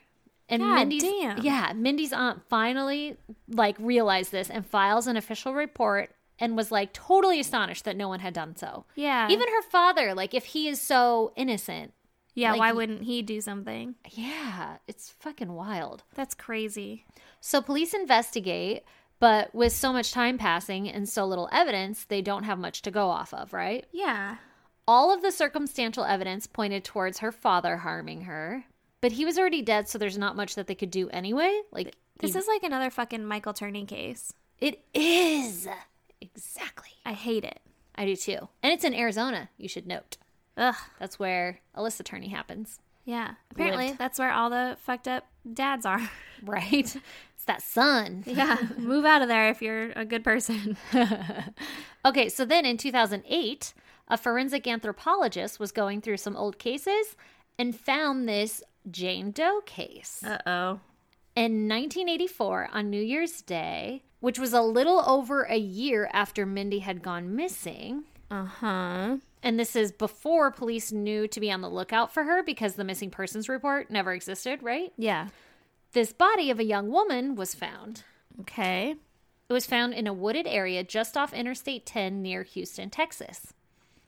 Speaker 3: And
Speaker 1: God
Speaker 3: Mindy's
Speaker 1: damn.
Speaker 3: Yeah, Mindy's aunt finally like realized this and files an official report and was like totally astonished that no one had done so.
Speaker 1: Yeah.
Speaker 3: Even her father, like if he is so innocent.
Speaker 1: Yeah,
Speaker 3: Like,
Speaker 1: why
Speaker 3: y-
Speaker 1: wouldn't he do something?
Speaker 3: Yeah, it's fucking wild.
Speaker 1: That's crazy.
Speaker 3: So police investigate, but with so much time passing and so little evidence, they don't have much to go off of, right?
Speaker 1: Yeah.
Speaker 3: All of the circumstantial evidence pointed towards her father harming her, but he was already dead, so there's not much that they could do anyway. Like
Speaker 1: This
Speaker 3: he-
Speaker 1: is like another fucking Michael Turning case.
Speaker 3: it is exactly.
Speaker 1: I hate it.
Speaker 3: I do too, and it's in Arizona. You should note
Speaker 1: Ugh.
Speaker 3: that's where Alyssa attorney happens,
Speaker 1: Yeah. Apparently
Speaker 3: Lived.
Speaker 1: that's where all the fucked up dads are.
Speaker 3: right? it's that sun.
Speaker 1: Yeah. Move out of there if you're a good person.
Speaker 3: Okay, so then in 2008, a forensic anthropologist was going through some old cases and found this Jane Doe case.
Speaker 1: Uh oh.
Speaker 3: In 1984, on New Year's Day, which was a little over a year after Mindy had gone missing,
Speaker 1: Uh huh.
Speaker 3: and this is before police knew to be on the lookout for her because the missing persons report never existed, right?
Speaker 1: Yeah.
Speaker 3: This body of a young woman was found.
Speaker 1: Okay.
Speaker 3: It was found in a wooded area just off Interstate 10 near Houston, Texas.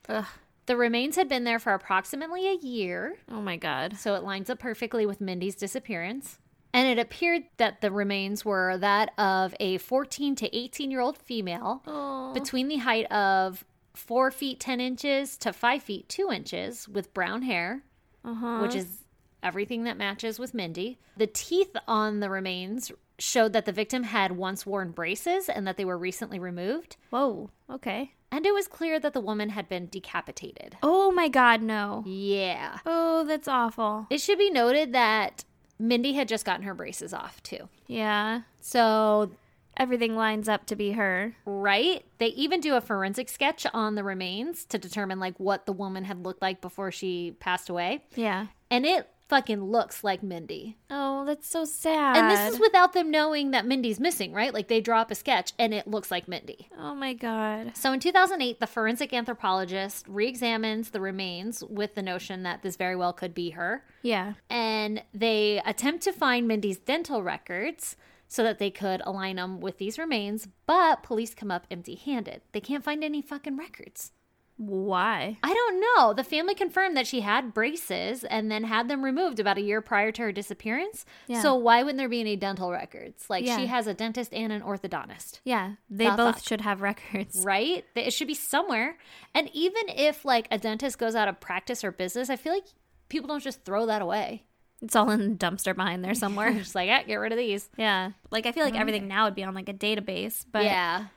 Speaker 1: Ugh.
Speaker 3: The remains had been there for approximately a year,
Speaker 1: Oh my god.
Speaker 3: so it lines up perfectly with Mindy's disappearance. And it appeared that the remains were that of a 14 to 18 year old female
Speaker 1: Oh.
Speaker 3: between the height of four feet ten inches to five feet two inches with brown hair,
Speaker 1: Uh-huh.
Speaker 3: which is everything that matches with Mindy. The teeth on the remains showed that the victim had once worn braces and that they were recently removed.
Speaker 1: whoa. Okay.
Speaker 3: And it was clear that the woman had been decapitated.
Speaker 1: Oh my God, no.
Speaker 3: Yeah.
Speaker 1: Oh, that's awful.
Speaker 3: It should be noted that Mindy had just gotten her braces off too.
Speaker 1: Yeah.
Speaker 3: So,
Speaker 1: Everything lines up to be her.
Speaker 3: right? They even do a forensic sketch on the remains to determine like what the woman had looked like before she passed away.
Speaker 1: Yeah.
Speaker 3: And it fucking looks like Mindy.
Speaker 1: Oh, that's so sad.
Speaker 3: And this is without them knowing that Mindy's missing, right? Like they draw up a sketch and it looks like Mindy.
Speaker 1: Oh my God.
Speaker 3: So in 2008, the forensic anthropologist re examines the remains with the notion that this very well could be her.
Speaker 1: Yeah.
Speaker 3: and they attempt to find Mindy's dental records so that they could align them with these remains, but police come up empty handed. They can't find any fucking records.
Speaker 1: Why?
Speaker 3: I don't know. The family confirmed that she had braces and then had them removed about a year prior to her disappearance.
Speaker 1: Yeah.
Speaker 3: So why wouldn't there be any dental records? Like
Speaker 1: Yeah.
Speaker 3: she has a dentist and an orthodontist.
Speaker 1: Yeah. They
Speaker 3: Thought-
Speaker 1: both
Speaker 3: thought.
Speaker 1: should have records.
Speaker 3: Right? It should be somewhere. And even if like a dentist goes out of practice or business, I feel like people don't just throw that away.
Speaker 1: It's all in the dumpster behind there
Speaker 3: They're
Speaker 1: somewhere.
Speaker 3: just like, eh, get rid of these.
Speaker 1: yeah. Like I feel like everything now would be on like a database, but
Speaker 3: yeah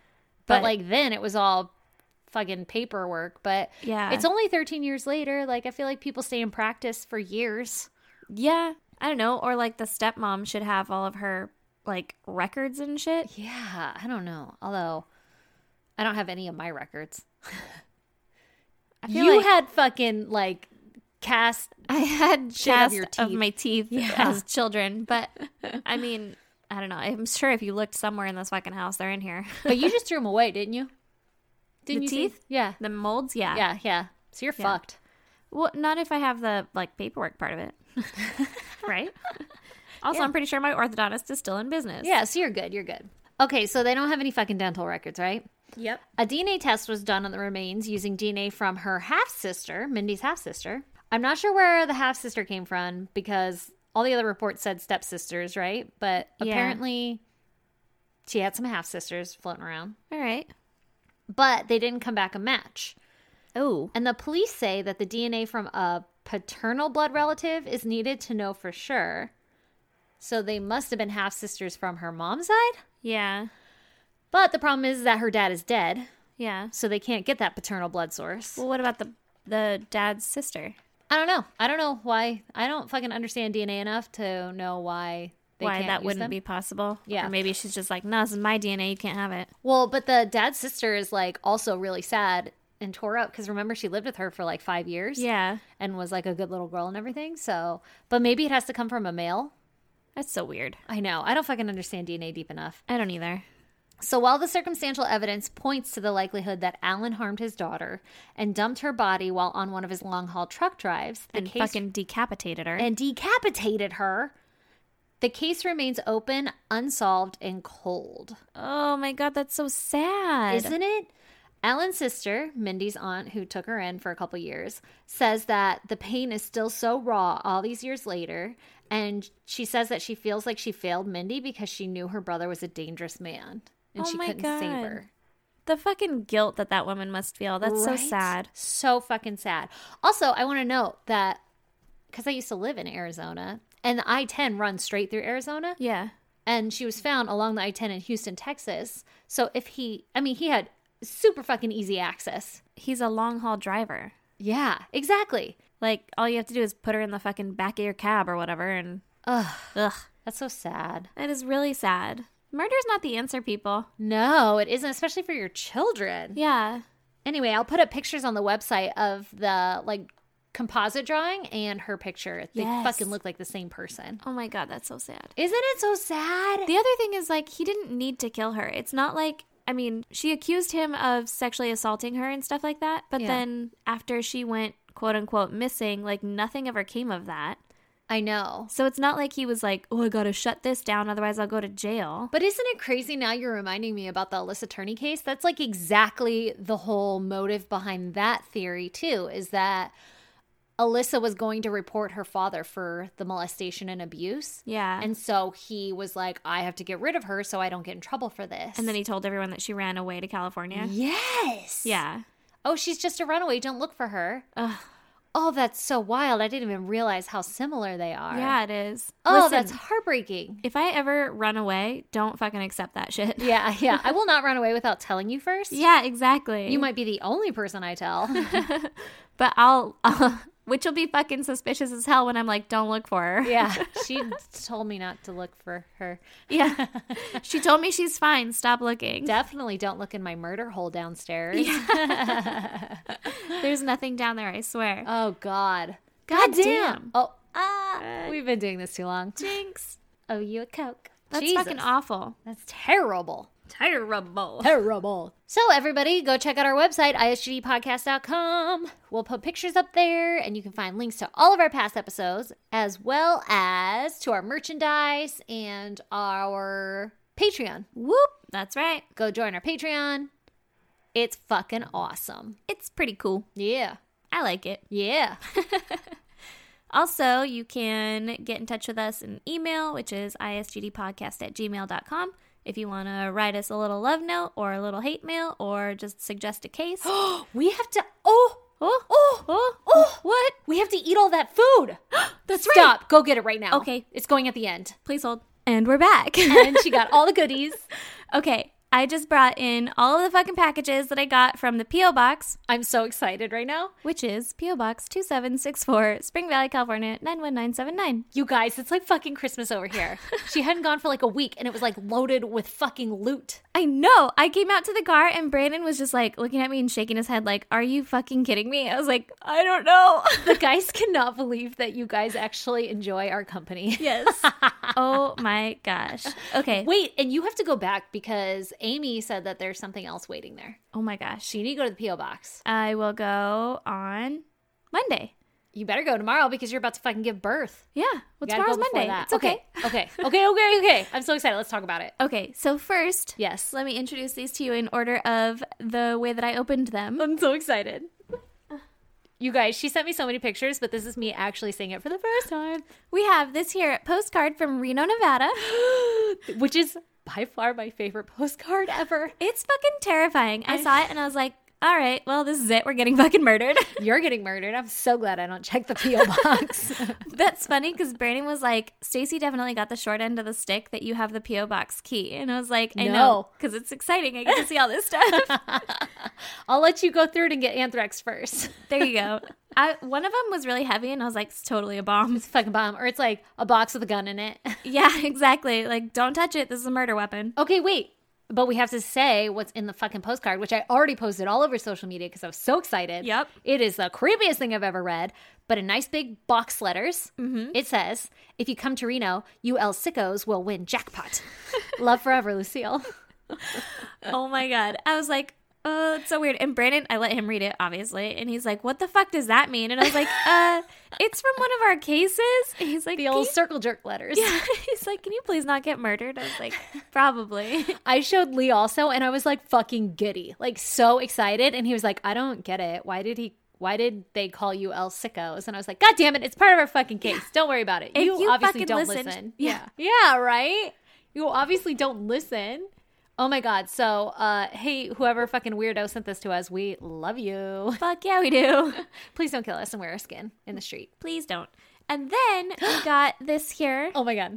Speaker 3: but,
Speaker 1: but-
Speaker 3: like then it was all fucking paperwork but
Speaker 1: Yeah.
Speaker 3: it's only 13 years later like i feel like people stay in practice for years
Speaker 1: yeah. I don't know. Or like the stepmom should have all of her like records and shit.
Speaker 3: yeah i don't know although i don't have any of my records
Speaker 1: I feel
Speaker 3: you
Speaker 1: like
Speaker 3: had fucking like cast
Speaker 1: I had
Speaker 3: shit of
Speaker 1: cast
Speaker 3: your
Speaker 1: of
Speaker 3: teeth.
Speaker 1: my teeth
Speaker 3: Yeah.
Speaker 1: as children, but I mean, I don't know. I'm sure if you looked somewhere in this fucking house, they're in here.
Speaker 3: but you just threw them away didn't you didn't
Speaker 1: The
Speaker 3: you see-
Speaker 1: teeth?
Speaker 3: yeah
Speaker 1: the molds, yeah.
Speaker 3: yeah yeah so you're fucked
Speaker 1: Well, not if I have the like paperwork part of it. right? Also, I'm pretty sure my orthodontist is still in business.
Speaker 3: yeah so you're good you're good okay so they don't have any fucking dental records right
Speaker 1: Yep.
Speaker 3: A DNA test was done on the remains using DNA from her half sister, Mindy's half sister. I'm not sure where the half sister came from because all the other reports said stepsisters, right? But
Speaker 1: Yeah.
Speaker 3: apparently she had some half sisters floating around,
Speaker 1: All right.
Speaker 3: but they didn't come back a match.
Speaker 1: Oh.
Speaker 3: And the police say that the DNA from a paternal blood relative is needed to know for sure. So they must have been half sisters from her mom's side.
Speaker 1: Yeah.
Speaker 3: But the problem is that her dad is dead,
Speaker 1: Yeah.
Speaker 3: so they can't get that paternal blood source.
Speaker 1: Well, what about the the dad's sister?
Speaker 3: I don't know. I don't know why. I don't fucking understand DNA enough to know why they
Speaker 1: Why
Speaker 3: can't
Speaker 1: that
Speaker 3: use
Speaker 1: wouldn't
Speaker 3: them.
Speaker 1: be possible?
Speaker 3: Yeah.
Speaker 1: Or maybe she's just like, no, this is my DNA. You can't have it.
Speaker 3: Well, but the dad's sister is like also really sad and tore up because remember she lived with her for like five years.
Speaker 1: Yeah.
Speaker 3: And was like a good little girl and everything. So, but maybe it has to come from a male.
Speaker 1: That's so weird.
Speaker 3: I know. I don't fucking understand DNA deep enough.
Speaker 1: I don't either.
Speaker 3: So, while the circumstantial evidence points to the likelihood that Alan harmed his daughter and dumped her body while on one of his long haul truck drives, the
Speaker 1: and
Speaker 3: case
Speaker 1: fucking decapitated her.
Speaker 3: and decapitated her. The case remains open, unsolved, and cold.
Speaker 1: oh my god, that's so sad.
Speaker 3: Isn't it? Alan's sister, Mindy's aunt, who took her in for a couple years, says that the pain is still so raw all these years later. And she says that she feels like she failed Mindy because she knew her brother was a dangerous man and
Speaker 1: Oh
Speaker 3: she
Speaker 1: my
Speaker 3: couldn't save
Speaker 1: God.
Speaker 3: her.
Speaker 1: the fucking guilt that that woman must feel? That's so
Speaker 3: Right?
Speaker 1: sad.
Speaker 3: So fucking sad. Also, I want to note that because I used to live in Arizona and the I 10 runs straight through Arizona.
Speaker 1: Yeah.
Speaker 3: and she was found along the I 10 in Houston, Texas. So if he, I mean, he had super fucking easy access.
Speaker 1: He's a long haul driver.
Speaker 3: Yeah, exactly.
Speaker 1: Like all you have to do is put her in the fucking back of your cab or whatever, and
Speaker 3: Ugh,
Speaker 1: ugh,
Speaker 3: that's so sad.
Speaker 1: that is really sad. Murder's not the answer, people.
Speaker 3: No, it isn't, especially for your children.
Speaker 1: Yeah.
Speaker 3: Anyway, I'll put up pictures on the website of the like composite drawing and her picture. They
Speaker 1: Yes.
Speaker 3: fucking look like the same person.
Speaker 1: Oh my god, that's so sad.
Speaker 3: Isn't it so sad?
Speaker 1: The other thing is like he didn't need to kill her. It's not like I mean, she accused him of sexually assaulting her and stuff like that, but
Speaker 3: Yeah.
Speaker 1: then after she went quote unquote missing, like nothing ever came of that.
Speaker 3: I know.
Speaker 1: So it's not like he was like, "Oh, I got to shut this down otherwise I'll go to jail."
Speaker 3: But isn't it crazy now you're reminding me about the Alyssa Turney case? That's like exactly the whole motive behind that theory, too, is that Alyssa was going to report her father for the molestation and abuse.
Speaker 1: Yeah. And
Speaker 3: And so he was like, I have to get rid of her so I don't get in trouble for this.
Speaker 1: and then he told everyone that she ran away to California.
Speaker 3: Yes.
Speaker 1: Yeah.
Speaker 3: Oh, she's just a runaway. Don't look for her. Oh, that's so wild. I didn't even realize how similar they are.
Speaker 1: Yeah, it is.
Speaker 3: Oh,
Speaker 1: Listen,
Speaker 3: that's heartbreaking.
Speaker 1: if I ever run away, don't fucking accept that shit.
Speaker 3: Yeah, yeah. I will not run away without telling you first.
Speaker 1: Yeah, exactly.
Speaker 3: You might be the only person I tell.
Speaker 1: but I'll, I'll which will be fucking suspicious as hell when I'm like, don't look for her.
Speaker 3: yeah. She told me not to look for her.
Speaker 1: Yeah. she told me she's fine. Stop looking.
Speaker 3: Definitely don't look in my murder hole downstairs.
Speaker 1: There's nothing down there, I swear.
Speaker 3: Oh God.
Speaker 1: God
Speaker 3: Goddamn.
Speaker 1: damn.
Speaker 3: Oh ah we've been doing this too long.
Speaker 1: Jinx.
Speaker 3: Oh you a Coke.
Speaker 1: That's
Speaker 3: Jesus.
Speaker 1: fucking awful.
Speaker 3: That's terrible.
Speaker 1: Terrible.
Speaker 3: Terrible. So everybody go check out our website, isgdpodcast.com. We'll put pictures up there and you can find links to all of our past episodes, as well as to our merchandise and our Patreon.
Speaker 1: Whoop. That's right.
Speaker 3: Go join our Patreon. It's fucking awesome.
Speaker 1: It's pretty cool.
Speaker 3: Yeah.
Speaker 1: I like it.
Speaker 3: Yeah.
Speaker 1: Also, you can get in touch with us in email, which is isgdpodcast at gmail.com. If you want to write us a little love note or a little hate mail or just suggest a case. oh,
Speaker 3: we have to oh
Speaker 1: oh,
Speaker 3: oh, oh, what? We have to eat all that food.
Speaker 1: that's right.
Speaker 3: Stop. Go get it right now.
Speaker 1: Okay.
Speaker 3: It's going at the end.
Speaker 1: Please hold. And we're back.
Speaker 3: And she got all the goodies.
Speaker 1: okay, I just brought in all of the fucking packages that I got from the P.O. Box,
Speaker 3: I'm so excited right now.
Speaker 1: which is P.O. Box 2764, Spring Valley, California, 91979.
Speaker 3: You guys, it's like fucking Christmas over here. she hadn't gone for like a week and it was like loaded with fucking loot.
Speaker 1: I know. I came out to the car and Brandon was just like looking at me and shaking his head, like, Are you fucking kidding me? I was like, I don't know.
Speaker 3: The guys cannot believe that you guys actually enjoy our company.
Speaker 1: Yes. oh my gosh. Okay.
Speaker 3: Wait, and you have to go back because Amy said that there's something else waiting there.
Speaker 1: Oh my gosh.
Speaker 3: You need to go to the P.O. box.
Speaker 1: I will go on Monday.
Speaker 3: You better go tomorrow because you're about to fucking give birth.
Speaker 1: Yeah. Well,
Speaker 3: You gotta go
Speaker 1: tomorrow's
Speaker 3: before
Speaker 1: Monday.
Speaker 3: that.
Speaker 1: It's okay.
Speaker 3: Okay. Okay. Okay. Okay. Okay. I'm so excited. Let's talk about it.
Speaker 1: Okay. So, first,
Speaker 3: Yes.
Speaker 1: let me introduce these to you in order of the way that I opened them.
Speaker 3: I'm so excited. You guys, she sent me so many pictures, but this is me actually seeing it for the first time,
Speaker 1: We have this here postcard from Reno, Nevada.
Speaker 3: which is by far my favorite postcard ever.
Speaker 1: It's fucking terrifying. I saw it and I was like, all right, well, this is it. We're getting fucking murdered.
Speaker 3: You're getting murdered. I'm so glad I don't check the P.O. box.
Speaker 1: That's funny because Brandon was like, Stacy definitely got the short end of the stick that you have the P.O. box key. And I was like, I
Speaker 3: No.
Speaker 1: know because it's exciting. I get to see all this stuff.
Speaker 3: I'll let you go through it and get anthrax first.
Speaker 1: There you go. I, one of them was really heavy, and I was like, "It's totally a bomb."
Speaker 3: It's a fucking bomb. Or it's like a box with a gun in it.
Speaker 1: Yeah, exactly. Like, don't touch it. This is a murder weapon.
Speaker 3: Okay, wait. But we have to say what's in the fucking postcard, which I already posted all over social media because I was so excited.
Speaker 1: Yep.
Speaker 3: It is the creepiest thing I've ever read, but in nice big box letters, it says, If you come to Reno, you El Sickos will win jackpot. Love forever, Lucille.
Speaker 1: Oh my god! I was like, "Oh, it's so weird." And Brandon, I let him read it, obviously, and he's like, "What the fuck does that mean?" And I was like, "Uh, it's from one of our cases." And he's like,
Speaker 3: The old
Speaker 1: "Can
Speaker 3: circle jerk letters.
Speaker 1: you-" He's like, "Can you please not get murdered?" I was like, "Probably."
Speaker 3: I showed Lee also, and I was like fucking giddy, like so excited. And he was like, I don't get it. Why did he? Why did they call you El Sickos? And I was like, God damn it, it's part of our fucking case. Don't worry about it.
Speaker 1: If
Speaker 3: you,
Speaker 1: you
Speaker 3: obviously
Speaker 1: fucking
Speaker 3: don't
Speaker 1: listened-
Speaker 3: listen.
Speaker 1: Yeah.
Speaker 3: Yeah, right? You obviously don't listen. Oh my God. So, uh, hey, whoever fucking weirdo sent this to us, we love you.
Speaker 1: Fuck yeah, we do.
Speaker 3: Please don't kill us and wear our skin in the street.
Speaker 1: Please don't. And then we got this here.
Speaker 3: Oh my God.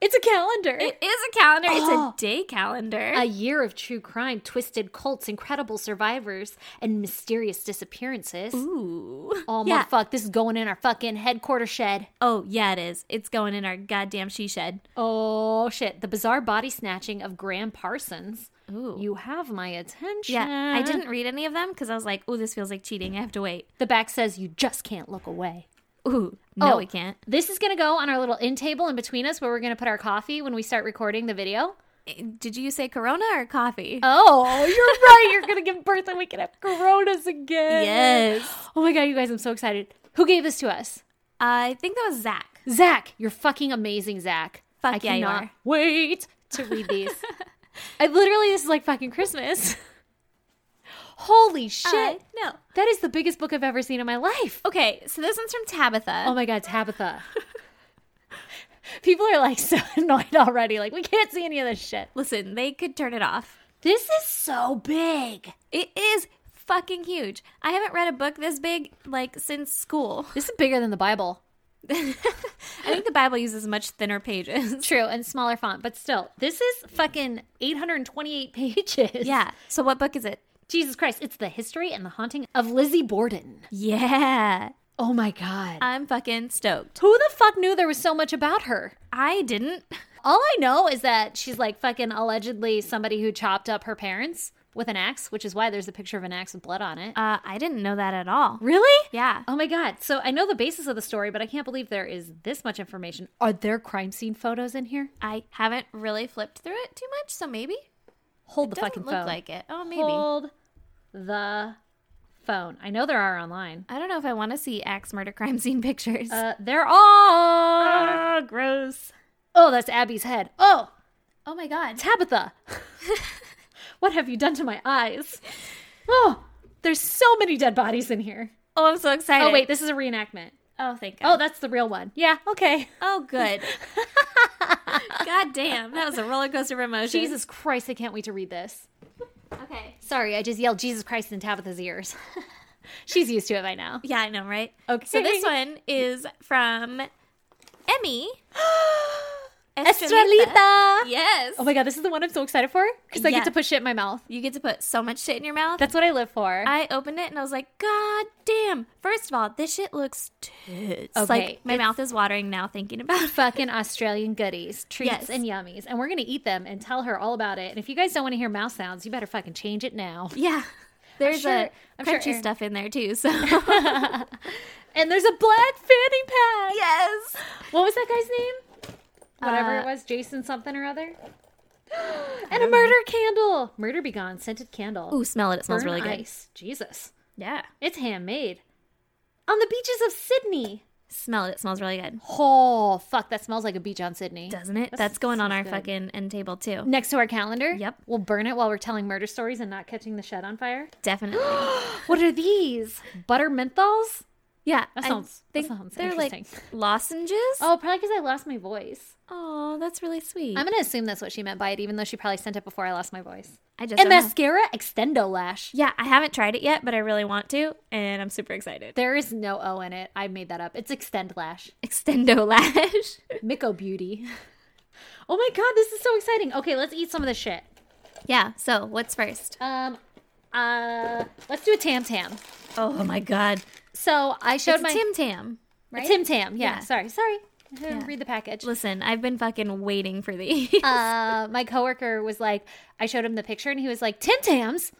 Speaker 3: It's a calendar.
Speaker 1: It is a calendar.
Speaker 3: Oh.
Speaker 1: It's a day calendar.
Speaker 3: A year of true crime, twisted cults, incredible survivors, and mysterious disappearances.
Speaker 1: Ooh.
Speaker 3: Oh my
Speaker 1: Yeah.
Speaker 3: fuck, this is going in our fucking headquarter shed.
Speaker 1: Oh, yeah, it is. It's going in our goddamn she shed.
Speaker 3: Oh shit, the bizarre body snatching of Graham Parsons.
Speaker 1: Ooh.
Speaker 3: You have my attention.
Speaker 1: yeah, I didn't read any of them because I was like, oh, this feels like cheating. I have to wait.
Speaker 3: The back says you just can't look away.
Speaker 1: Ooh, no,
Speaker 3: Oh.
Speaker 1: we can't.
Speaker 3: This is gonna go on our little end table in between us where we're gonna put our coffee when we start recording the video.
Speaker 1: Eh, Did you say Corona or coffee?
Speaker 3: Oh, you're right. You're gonna give birth and we can have coronas again.
Speaker 1: Yes.
Speaker 3: Oh my god, you guys, I'm so excited. Who gave this to us?
Speaker 1: I think that was Zach.
Speaker 3: Zach, you're fucking amazing, Zach.
Speaker 1: Fuck
Speaker 3: I
Speaker 1: yeah, you
Speaker 3: cannot
Speaker 1: are.
Speaker 3: wait to read these. I literally, this is like fucking Christmas. Holy shit!
Speaker 1: I- Uh, no.
Speaker 3: that is the biggest book I've ever seen in my life.
Speaker 1: Okay, so this one's from Tabitha.
Speaker 3: Oh my god, Tabitha. People are like so annoyed already. Like we can't see any of this shit.
Speaker 1: Listen, they could turn it off.
Speaker 3: This is so big.
Speaker 1: It is fucking huge. I haven't read a book this big like since school.
Speaker 3: This is bigger than the Bible.
Speaker 1: I think the Bible uses much thinner pages.
Speaker 3: True, and smaller font, but still, this is fucking 828 pages.
Speaker 1: Yeah. So what book is it?
Speaker 3: Jesus Christ, it's the history and the haunting of Lizzie Borden.
Speaker 1: Yeah.
Speaker 3: Oh my God.
Speaker 1: I'm fucking stoked.
Speaker 3: Who the fuck knew there was so much about her?
Speaker 1: I didn't.
Speaker 3: All I know is that she's like fucking allegedly somebody who chopped up her parents with an axe, which is why there's a picture of an axe with blood on it.
Speaker 1: Uh, I didn't know that at all.
Speaker 3: really?
Speaker 1: Yeah.
Speaker 3: Oh my God. So I know the basis of the story, but I can't believe there is this much information. Are there crime scene photos in here?
Speaker 1: I haven't really flipped through it too much, so maybe
Speaker 3: Hold the
Speaker 1: doesn't
Speaker 3: fucking
Speaker 1: look
Speaker 3: phone.
Speaker 1: like it. Oh, maybe.
Speaker 3: Hold the phone. I know there are online.
Speaker 1: I don't know if I want to see axe murder crime scene pictures.
Speaker 3: Uh, there
Speaker 1: Ah.
Speaker 3: are.
Speaker 1: gross.
Speaker 3: Oh, that's Abby's head. Oh,
Speaker 1: Oh my god.
Speaker 3: Tabitha. what have you done to my eyes? Oh, there's so many dead bodies in here.
Speaker 1: Oh, I'm so excited.
Speaker 3: Oh, wait, this is a reenactment.
Speaker 1: Oh, thank God.
Speaker 3: Oh, that's the real one. Yeah, okay.
Speaker 1: Oh, good. God damn, that was a roller coaster of emotions.
Speaker 3: Jesus Christ, I can't wait to read this.
Speaker 1: Okay.
Speaker 3: Sorry, I just yelled Jesus Christ in Tabitha's ears. She's used to it by now.
Speaker 1: Yeah, I know, right?
Speaker 3: Okay.
Speaker 1: So this one is from Emmy
Speaker 3: Estralita.
Speaker 1: Yes.
Speaker 3: Oh my god, this is the one I'm so excited for because I
Speaker 1: Yeah.
Speaker 3: get to put shit in my mouth.
Speaker 1: You get to put so much shit in your mouth.
Speaker 3: That's what I live for.
Speaker 1: I opened it and I was like, God damn. First of all, this shit looks tits.
Speaker 3: Okay,
Speaker 1: Like, my
Speaker 3: it's-
Speaker 1: mouth is watering now thinking about it.
Speaker 3: fucking Australian goodies, treats
Speaker 1: Yes.
Speaker 3: and yummies, and we're gonna eat them and tell her all about it. And if you guys don't want to hear mouth sounds, you better fucking change it now.
Speaker 1: Yeah. There's
Speaker 3: sure-
Speaker 1: a
Speaker 3: I'm sure
Speaker 1: crunchy
Speaker 3: Erin-
Speaker 1: stuff in there too. So
Speaker 3: And there's a black fanny pack.
Speaker 1: yes,
Speaker 3: What was that guy's name? Whatever
Speaker 1: Uh,
Speaker 3: it was, Jason something or other. and a murder candle, murder be gone, scented candle.
Speaker 1: ooh, smell it. It smells
Speaker 3: Burn
Speaker 1: really good.
Speaker 3: ice. Jesus,
Speaker 1: Yeah,
Speaker 3: it's handmade on the beaches of Sydney.
Speaker 1: smell it. It smells really good,
Speaker 3: Oh fuck, that smells like a beach on Sydney.
Speaker 1: doesn't it? That's, going on our fucking end table too.
Speaker 3: Next to our calendar.
Speaker 1: Yep.
Speaker 3: We'll burn it while we're telling murder stories and not catching the shed on fire.
Speaker 1: Definitely.
Speaker 3: What are these? Butter menthols?
Speaker 1: yeah,
Speaker 3: That
Speaker 1: I
Speaker 3: sounds- that
Speaker 1: think
Speaker 3: sounds
Speaker 1: they're like
Speaker 3: interesting.
Speaker 1: lozenges.
Speaker 3: Oh, probably because I lost my voice.
Speaker 1: Oh, that's really sweet.
Speaker 3: I'm going to assume that's what she meant by it, even though she probably sent it before I lost my voice.
Speaker 1: I just
Speaker 3: And
Speaker 1: don't know.
Speaker 3: mascara extendo lash.
Speaker 1: Yeah, I haven't tried it yet, but I really want to, and I'm super excited.
Speaker 3: There is no O in it. I made that up. It's extend lash.
Speaker 1: Extendo lash.
Speaker 3: Miko Beauty. Oh my god, this is so exciting. Okay, let's eat some of this shit.
Speaker 1: yeah. So what's first?
Speaker 3: Um, uh, let's do a tam tam.
Speaker 1: Oh, my god.
Speaker 3: So I showed
Speaker 1: It's
Speaker 3: my
Speaker 1: Tim Tam. Right?
Speaker 3: Tim Tam. Yeah,
Speaker 1: Yeah.
Speaker 3: sorry, sorry. I didn't
Speaker 1: Yeah.
Speaker 3: read the package.
Speaker 1: Listen, I've been fucking waiting for these.
Speaker 3: uh, my coworker was like, I showed him the picture and he was like, Tim Tams.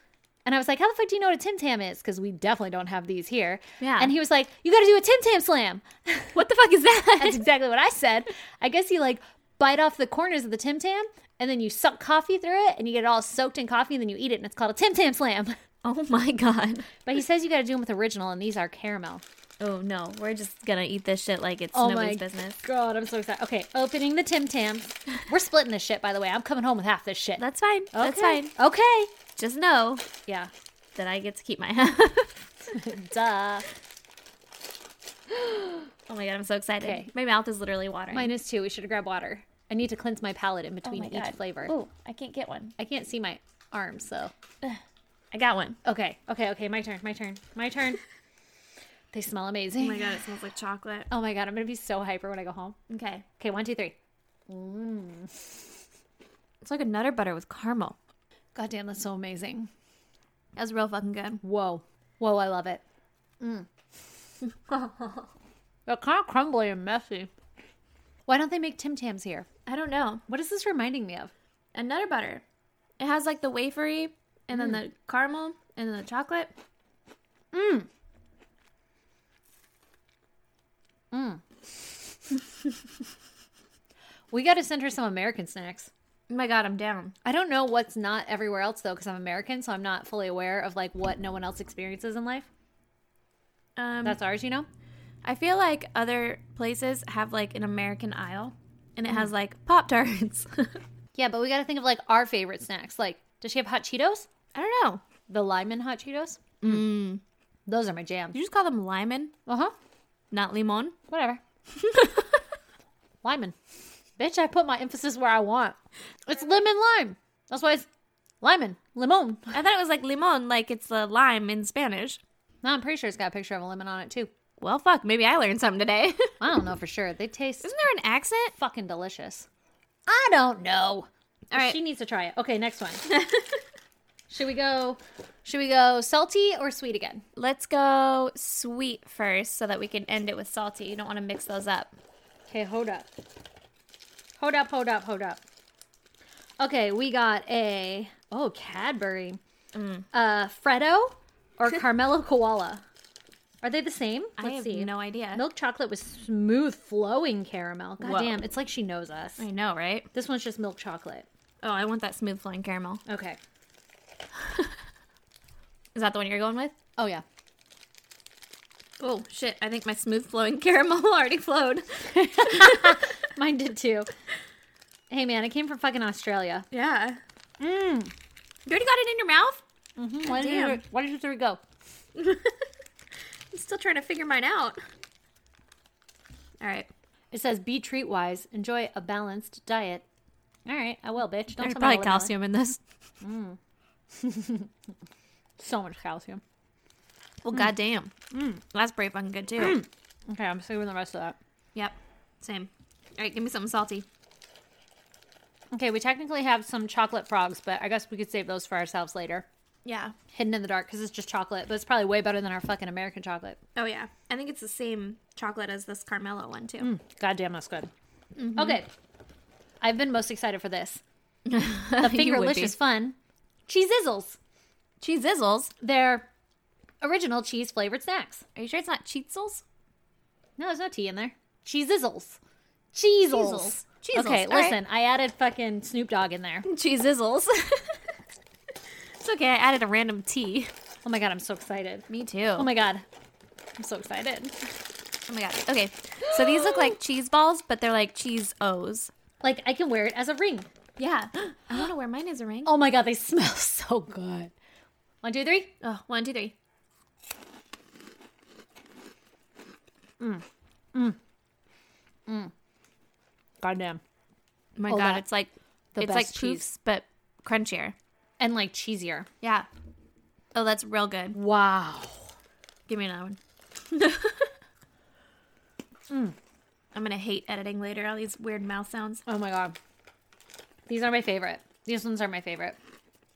Speaker 3: And I was like, how the fuck do you know what a Tim Tam is? Because we definitely don't have these here.
Speaker 1: Yeah.
Speaker 3: And he was like, you got to do a Tim Tam slam.
Speaker 1: what the fuck is that?
Speaker 3: That's exactly what I said. I guess you like bite off the corners of the Tim Tam and then you suck coffee through it and you get it all soaked in coffee and then you eat it and it's called a Tim Tam slam.
Speaker 1: Oh my god.
Speaker 3: But he says you got to do them with original and these are caramel.
Speaker 1: Oh no, we're just gonna eat this shit like it's
Speaker 3: Oh
Speaker 1: nobody's business.
Speaker 3: God, I'm so excited. Okay, opening the Tim Tams. We're splitting this shit, by the way. I'm coming home with half this shit.
Speaker 1: That's fine. That's
Speaker 3: Okay.
Speaker 1: fine.
Speaker 3: Okay.
Speaker 1: Just know
Speaker 3: Yeah.
Speaker 1: that I get to keep my half.
Speaker 3: Duh.
Speaker 1: oh my god, I'm so excited.
Speaker 3: Okay.
Speaker 1: My mouth is literally watering.
Speaker 3: Mine is too. We should have grabbed water. I need to cleanse my palate in between
Speaker 1: my
Speaker 3: each
Speaker 1: God.
Speaker 3: flavor.
Speaker 1: Oh, I can't get one.
Speaker 3: I can't see my arms, so.
Speaker 1: I got one.
Speaker 3: Okay, okay, okay. My turn, my turn, my turn. they smell amazing.
Speaker 1: Oh god, it smells like chocolate.
Speaker 3: Oh my God, I'm going to be so hyper when I go home.
Speaker 1: Okay.
Speaker 3: Okay, one, two, three.
Speaker 1: Mm. It's like a nutter butter with caramel.
Speaker 3: God damn, that's so amazing.
Speaker 1: That's real fucking good.
Speaker 3: Whoa. Whoa, I love it. Mm. They're kind of crumbly and messy. Why don't they make Tim Tams here?
Speaker 1: I don't know.
Speaker 3: What is this reminding me of?
Speaker 1: A nutter butter. It has like the wafery and then
Speaker 3: Mm.
Speaker 1: the caramel and then the chocolate.
Speaker 3: We got to send her some American snacks.
Speaker 1: Oh my god, I'm down.
Speaker 3: I don't know what's not everywhere else though, because I'm American, so I'm not fully aware of like what no one else experiences in life.
Speaker 1: Um,
Speaker 3: That's ours, you know.
Speaker 1: I feel like other places have like an American aisle and it
Speaker 3: Mm.
Speaker 1: has like Pop Tarts.
Speaker 3: Yeah, but we got to think of like our favorite snacks. Like, does she have hot Cheetos?
Speaker 1: I don't know.
Speaker 3: The Lyman hot Cheetos. Mm. Those are my jam.
Speaker 1: You just call them Lyman,
Speaker 3: Uh huh.
Speaker 1: not Limon.
Speaker 3: Whatever. Lyman, bitch. I put my emphasis where I want. It's lemon lime. That's why it's Lemon. Limon.
Speaker 1: I thought it was like limon, like it's a lime in Spanish.
Speaker 3: No, I'm pretty sure it's got a picture of a lemon on it too.
Speaker 1: Well, fuck. Maybe I learned something today. Isn't
Speaker 3: I don't know for sure. They taste
Speaker 1: there an accent?
Speaker 3: fucking delicious. I don't know. All
Speaker 1: right.
Speaker 3: She needs to try it. Okay, next one. should we go should we go salty or sweet again?
Speaker 1: Let's go sweet first so that we can end it with salty. You don't want to mix those up.
Speaker 3: Okay, hold up. Hold up, hold up, hold up. Okay, we got a oh Cadbury.
Speaker 1: Mm.
Speaker 3: Uh Freddo or Carmelo Koala. Are they the same?
Speaker 1: I have no idea.
Speaker 3: Milk chocolate with smooth flowing caramel. God
Speaker 1: Whoa.
Speaker 3: damn, it's like she knows us.
Speaker 1: I know, right?
Speaker 3: This one's just milk chocolate.
Speaker 1: Oh, I want that smooth flowing caramel.
Speaker 3: Okay.
Speaker 1: Is that the one you're going with?
Speaker 3: Oh yeah.
Speaker 1: Oh, shit. I think my smooth flowing caramel already flowed.
Speaker 3: Mine did too. Hey man, I came from fucking Australia.
Speaker 1: Yeah. Mmm. You already got it in your mouth?
Speaker 3: Why did
Speaker 1: Mm, Damn.
Speaker 3: you- why did you three go?
Speaker 1: I'm still trying to figure mine out. All right.
Speaker 3: It says be treat wise, enjoy a balanced diet. All right, I will, bitch.
Speaker 1: There's
Speaker 3: Don't tell me I
Speaker 1: probably
Speaker 3: wouldn't.
Speaker 1: calcium in this.
Speaker 3: So much calcium.
Speaker 1: Well, goddamn. That's pretty fucking good, too.
Speaker 3: Okay, I'm saving the rest of that.
Speaker 1: Yep. Same. All right, give me something salty.
Speaker 3: Okay, we technically have some chocolate frogs, but I guess we could save those for ourselves later.
Speaker 1: Yeah.
Speaker 3: Hidden in the dark because it's just chocolate, but it's probably way better than our fucking American chocolate.
Speaker 1: Oh, yeah. I think it's the same chocolate as this Carmelo one, too.
Speaker 3: Goddamn, that's good. Mm-hmm. Okay, I've been most excited for this. The
Speaker 1: You would be.
Speaker 3: Fingerlicious Fun Cheese Izzles.
Speaker 1: Cheese Izzles.
Speaker 3: They're original cheese flavored snacks.
Speaker 1: Are you sure it's not Cheetzels?
Speaker 3: No, there's no tea in there. Cheese Izzles. Cheezels.
Speaker 1: Cheezels. Cheezels.
Speaker 3: Okay,
Speaker 1: All right.
Speaker 3: listen, I added fucking Snoop Dogg in there.
Speaker 1: Cheese Izzles. it's okay. I added a random T.
Speaker 3: Oh my god, I'm so excited.
Speaker 1: Me too.
Speaker 3: Oh my god. I'm so excited.
Speaker 1: oh my god. Okay. So these look like cheese balls, but they're like cheese O's.
Speaker 3: Like I can wear it as a ring.
Speaker 1: Yeah. I want to wear mine as a ring.
Speaker 3: Oh my god, they smell so good. One, two, three.
Speaker 1: Oh, one, two, three.
Speaker 3: Goddamn.
Speaker 1: Oh my
Speaker 3: Oh,
Speaker 1: god,
Speaker 3: that-
Speaker 1: it's like
Speaker 3: the
Speaker 1: it's like
Speaker 3: best cheese.
Speaker 1: poofs, but crunchier.
Speaker 3: And like cheesier.
Speaker 1: Yeah. Oh, that's real good.
Speaker 3: Wow.
Speaker 1: Give me another one.
Speaker 3: Mm.
Speaker 1: I'm gonna hate editing later. All these weird mouth sounds.
Speaker 3: Oh my god. These are my favorite. These ones are my favorite.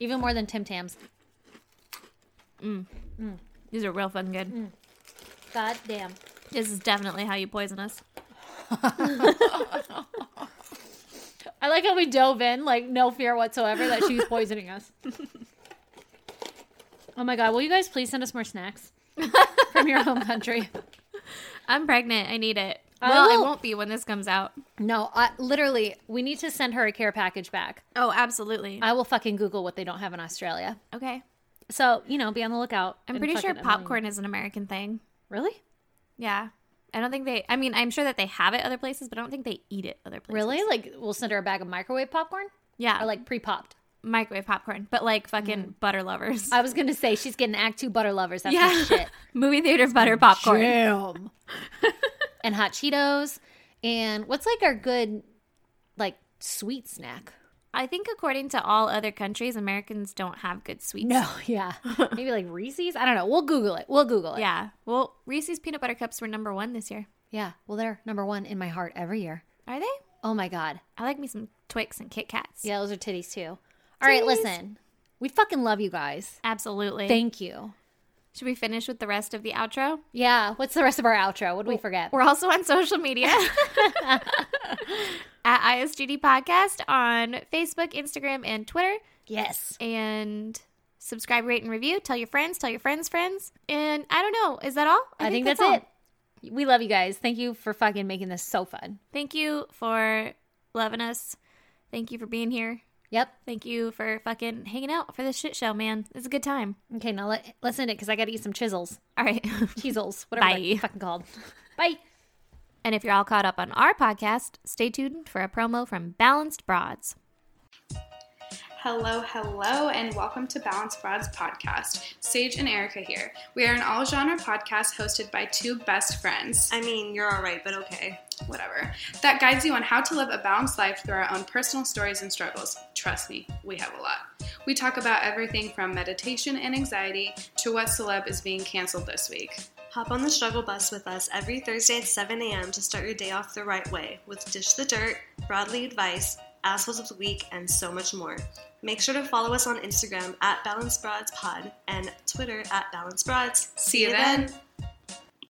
Speaker 3: Even more than Tim Tams.
Speaker 1: These are real fucking good.
Speaker 3: Mm. God damn.
Speaker 1: This is definitely how you poison us.
Speaker 3: I like how we dove in, like no fear whatsoever that she's poisoning us. oh my god! Will you guys please send us more snacks from your home country?
Speaker 1: I'm pregnant. I need it.
Speaker 3: I
Speaker 1: Well, I
Speaker 3: will-
Speaker 1: won't be when this comes out.
Speaker 3: No, I, literally, we need to send her a care package back.
Speaker 1: Oh, absolutely.
Speaker 3: I will fucking Google what they don't have in Australia.
Speaker 1: okay.
Speaker 3: So you know, be on the lookout.
Speaker 1: I'm
Speaker 3: and
Speaker 1: pretty sure
Speaker 3: fucking annoy me.
Speaker 1: popcorn is an American thing.
Speaker 3: Really?
Speaker 1: Yeah. I don't think they, I mean, I'm sure that they have it other places, but I don't think they eat it other places.
Speaker 3: Really? Like we'll send her a bag of microwave popcorn
Speaker 1: Yeah.
Speaker 3: or like pre-popped.
Speaker 1: microwave popcorn, but like fucking butter lovers.
Speaker 3: I was gonna say she's getting Act Two butter lovers. That's
Speaker 1: yeah.
Speaker 3: yeah. shit.
Speaker 1: Movie theater butter popcorn.
Speaker 3: Damn. and hot Cheetos. And what's like our good, like sweet snack?
Speaker 1: I think according to all other countries, Americans don't have good sweets.
Speaker 3: yeah, maybe like Reese's. I don't know. We'll Google it. We'll Google it.
Speaker 1: Yeah. Well, Reese's peanut butter cups were number one this year.
Speaker 3: yeah. Well, they're number one in my heart every year.
Speaker 1: Are they?
Speaker 3: Oh my god.
Speaker 1: I like me some Twix and Kit Kats.
Speaker 3: Yeah, those are titties too. All right,
Speaker 1: Titties.
Speaker 3: listen. We fucking love you guys.
Speaker 1: Absolutely.
Speaker 3: Thank you.
Speaker 1: Should we finish with the rest of the outro?
Speaker 3: Yeah. What's the rest of our outro? What did we forget?
Speaker 1: We're also on social media at ISGD Podcast on Facebook, Instagram, and Twitter.
Speaker 3: Yes.
Speaker 1: And subscribe, rate, and review. Tell your friends, tell your friends' friends. And I don't know. Is that all?
Speaker 3: I, think, that's, it. We love you guys. Thank you for fucking making this so fun.
Speaker 1: Thank you for loving us. Thank you for being here.
Speaker 3: Yep.
Speaker 1: Thank you for fucking hanging out for this shit show, man. It's a good time.
Speaker 3: Okay, now let, let's end it because I got to eat some chisels.
Speaker 1: All right.
Speaker 3: Cheezels, whatever
Speaker 1: Bye.
Speaker 3: they're fucking called. Bye.
Speaker 1: and if you're all caught up on our podcast, stay tuned for a promo from Balanced Broads.
Speaker 4: Hello, hello, and welcome to Balance Broads podcast. Sage and Erica here. We are an all genre podcast hosted by two best friends,
Speaker 5: I mean, you're all right, but okay.
Speaker 4: whatever, that guides you on how to live a balanced life through our own personal stories and struggles. Trust me, we have a lot. We talk about everything from meditation and anxiety to what celeb is being canceled this week.
Speaker 5: Hop on the struggle bus with us every Thursday at 7 a.m. to start your day off the right way with Dish the Dirt, Broadly Advice, Assholes of the Week, and so much more. Make sure to follow us on Instagram at Balance Broads Pod and Twitter at Balance Broads.
Speaker 4: See you then.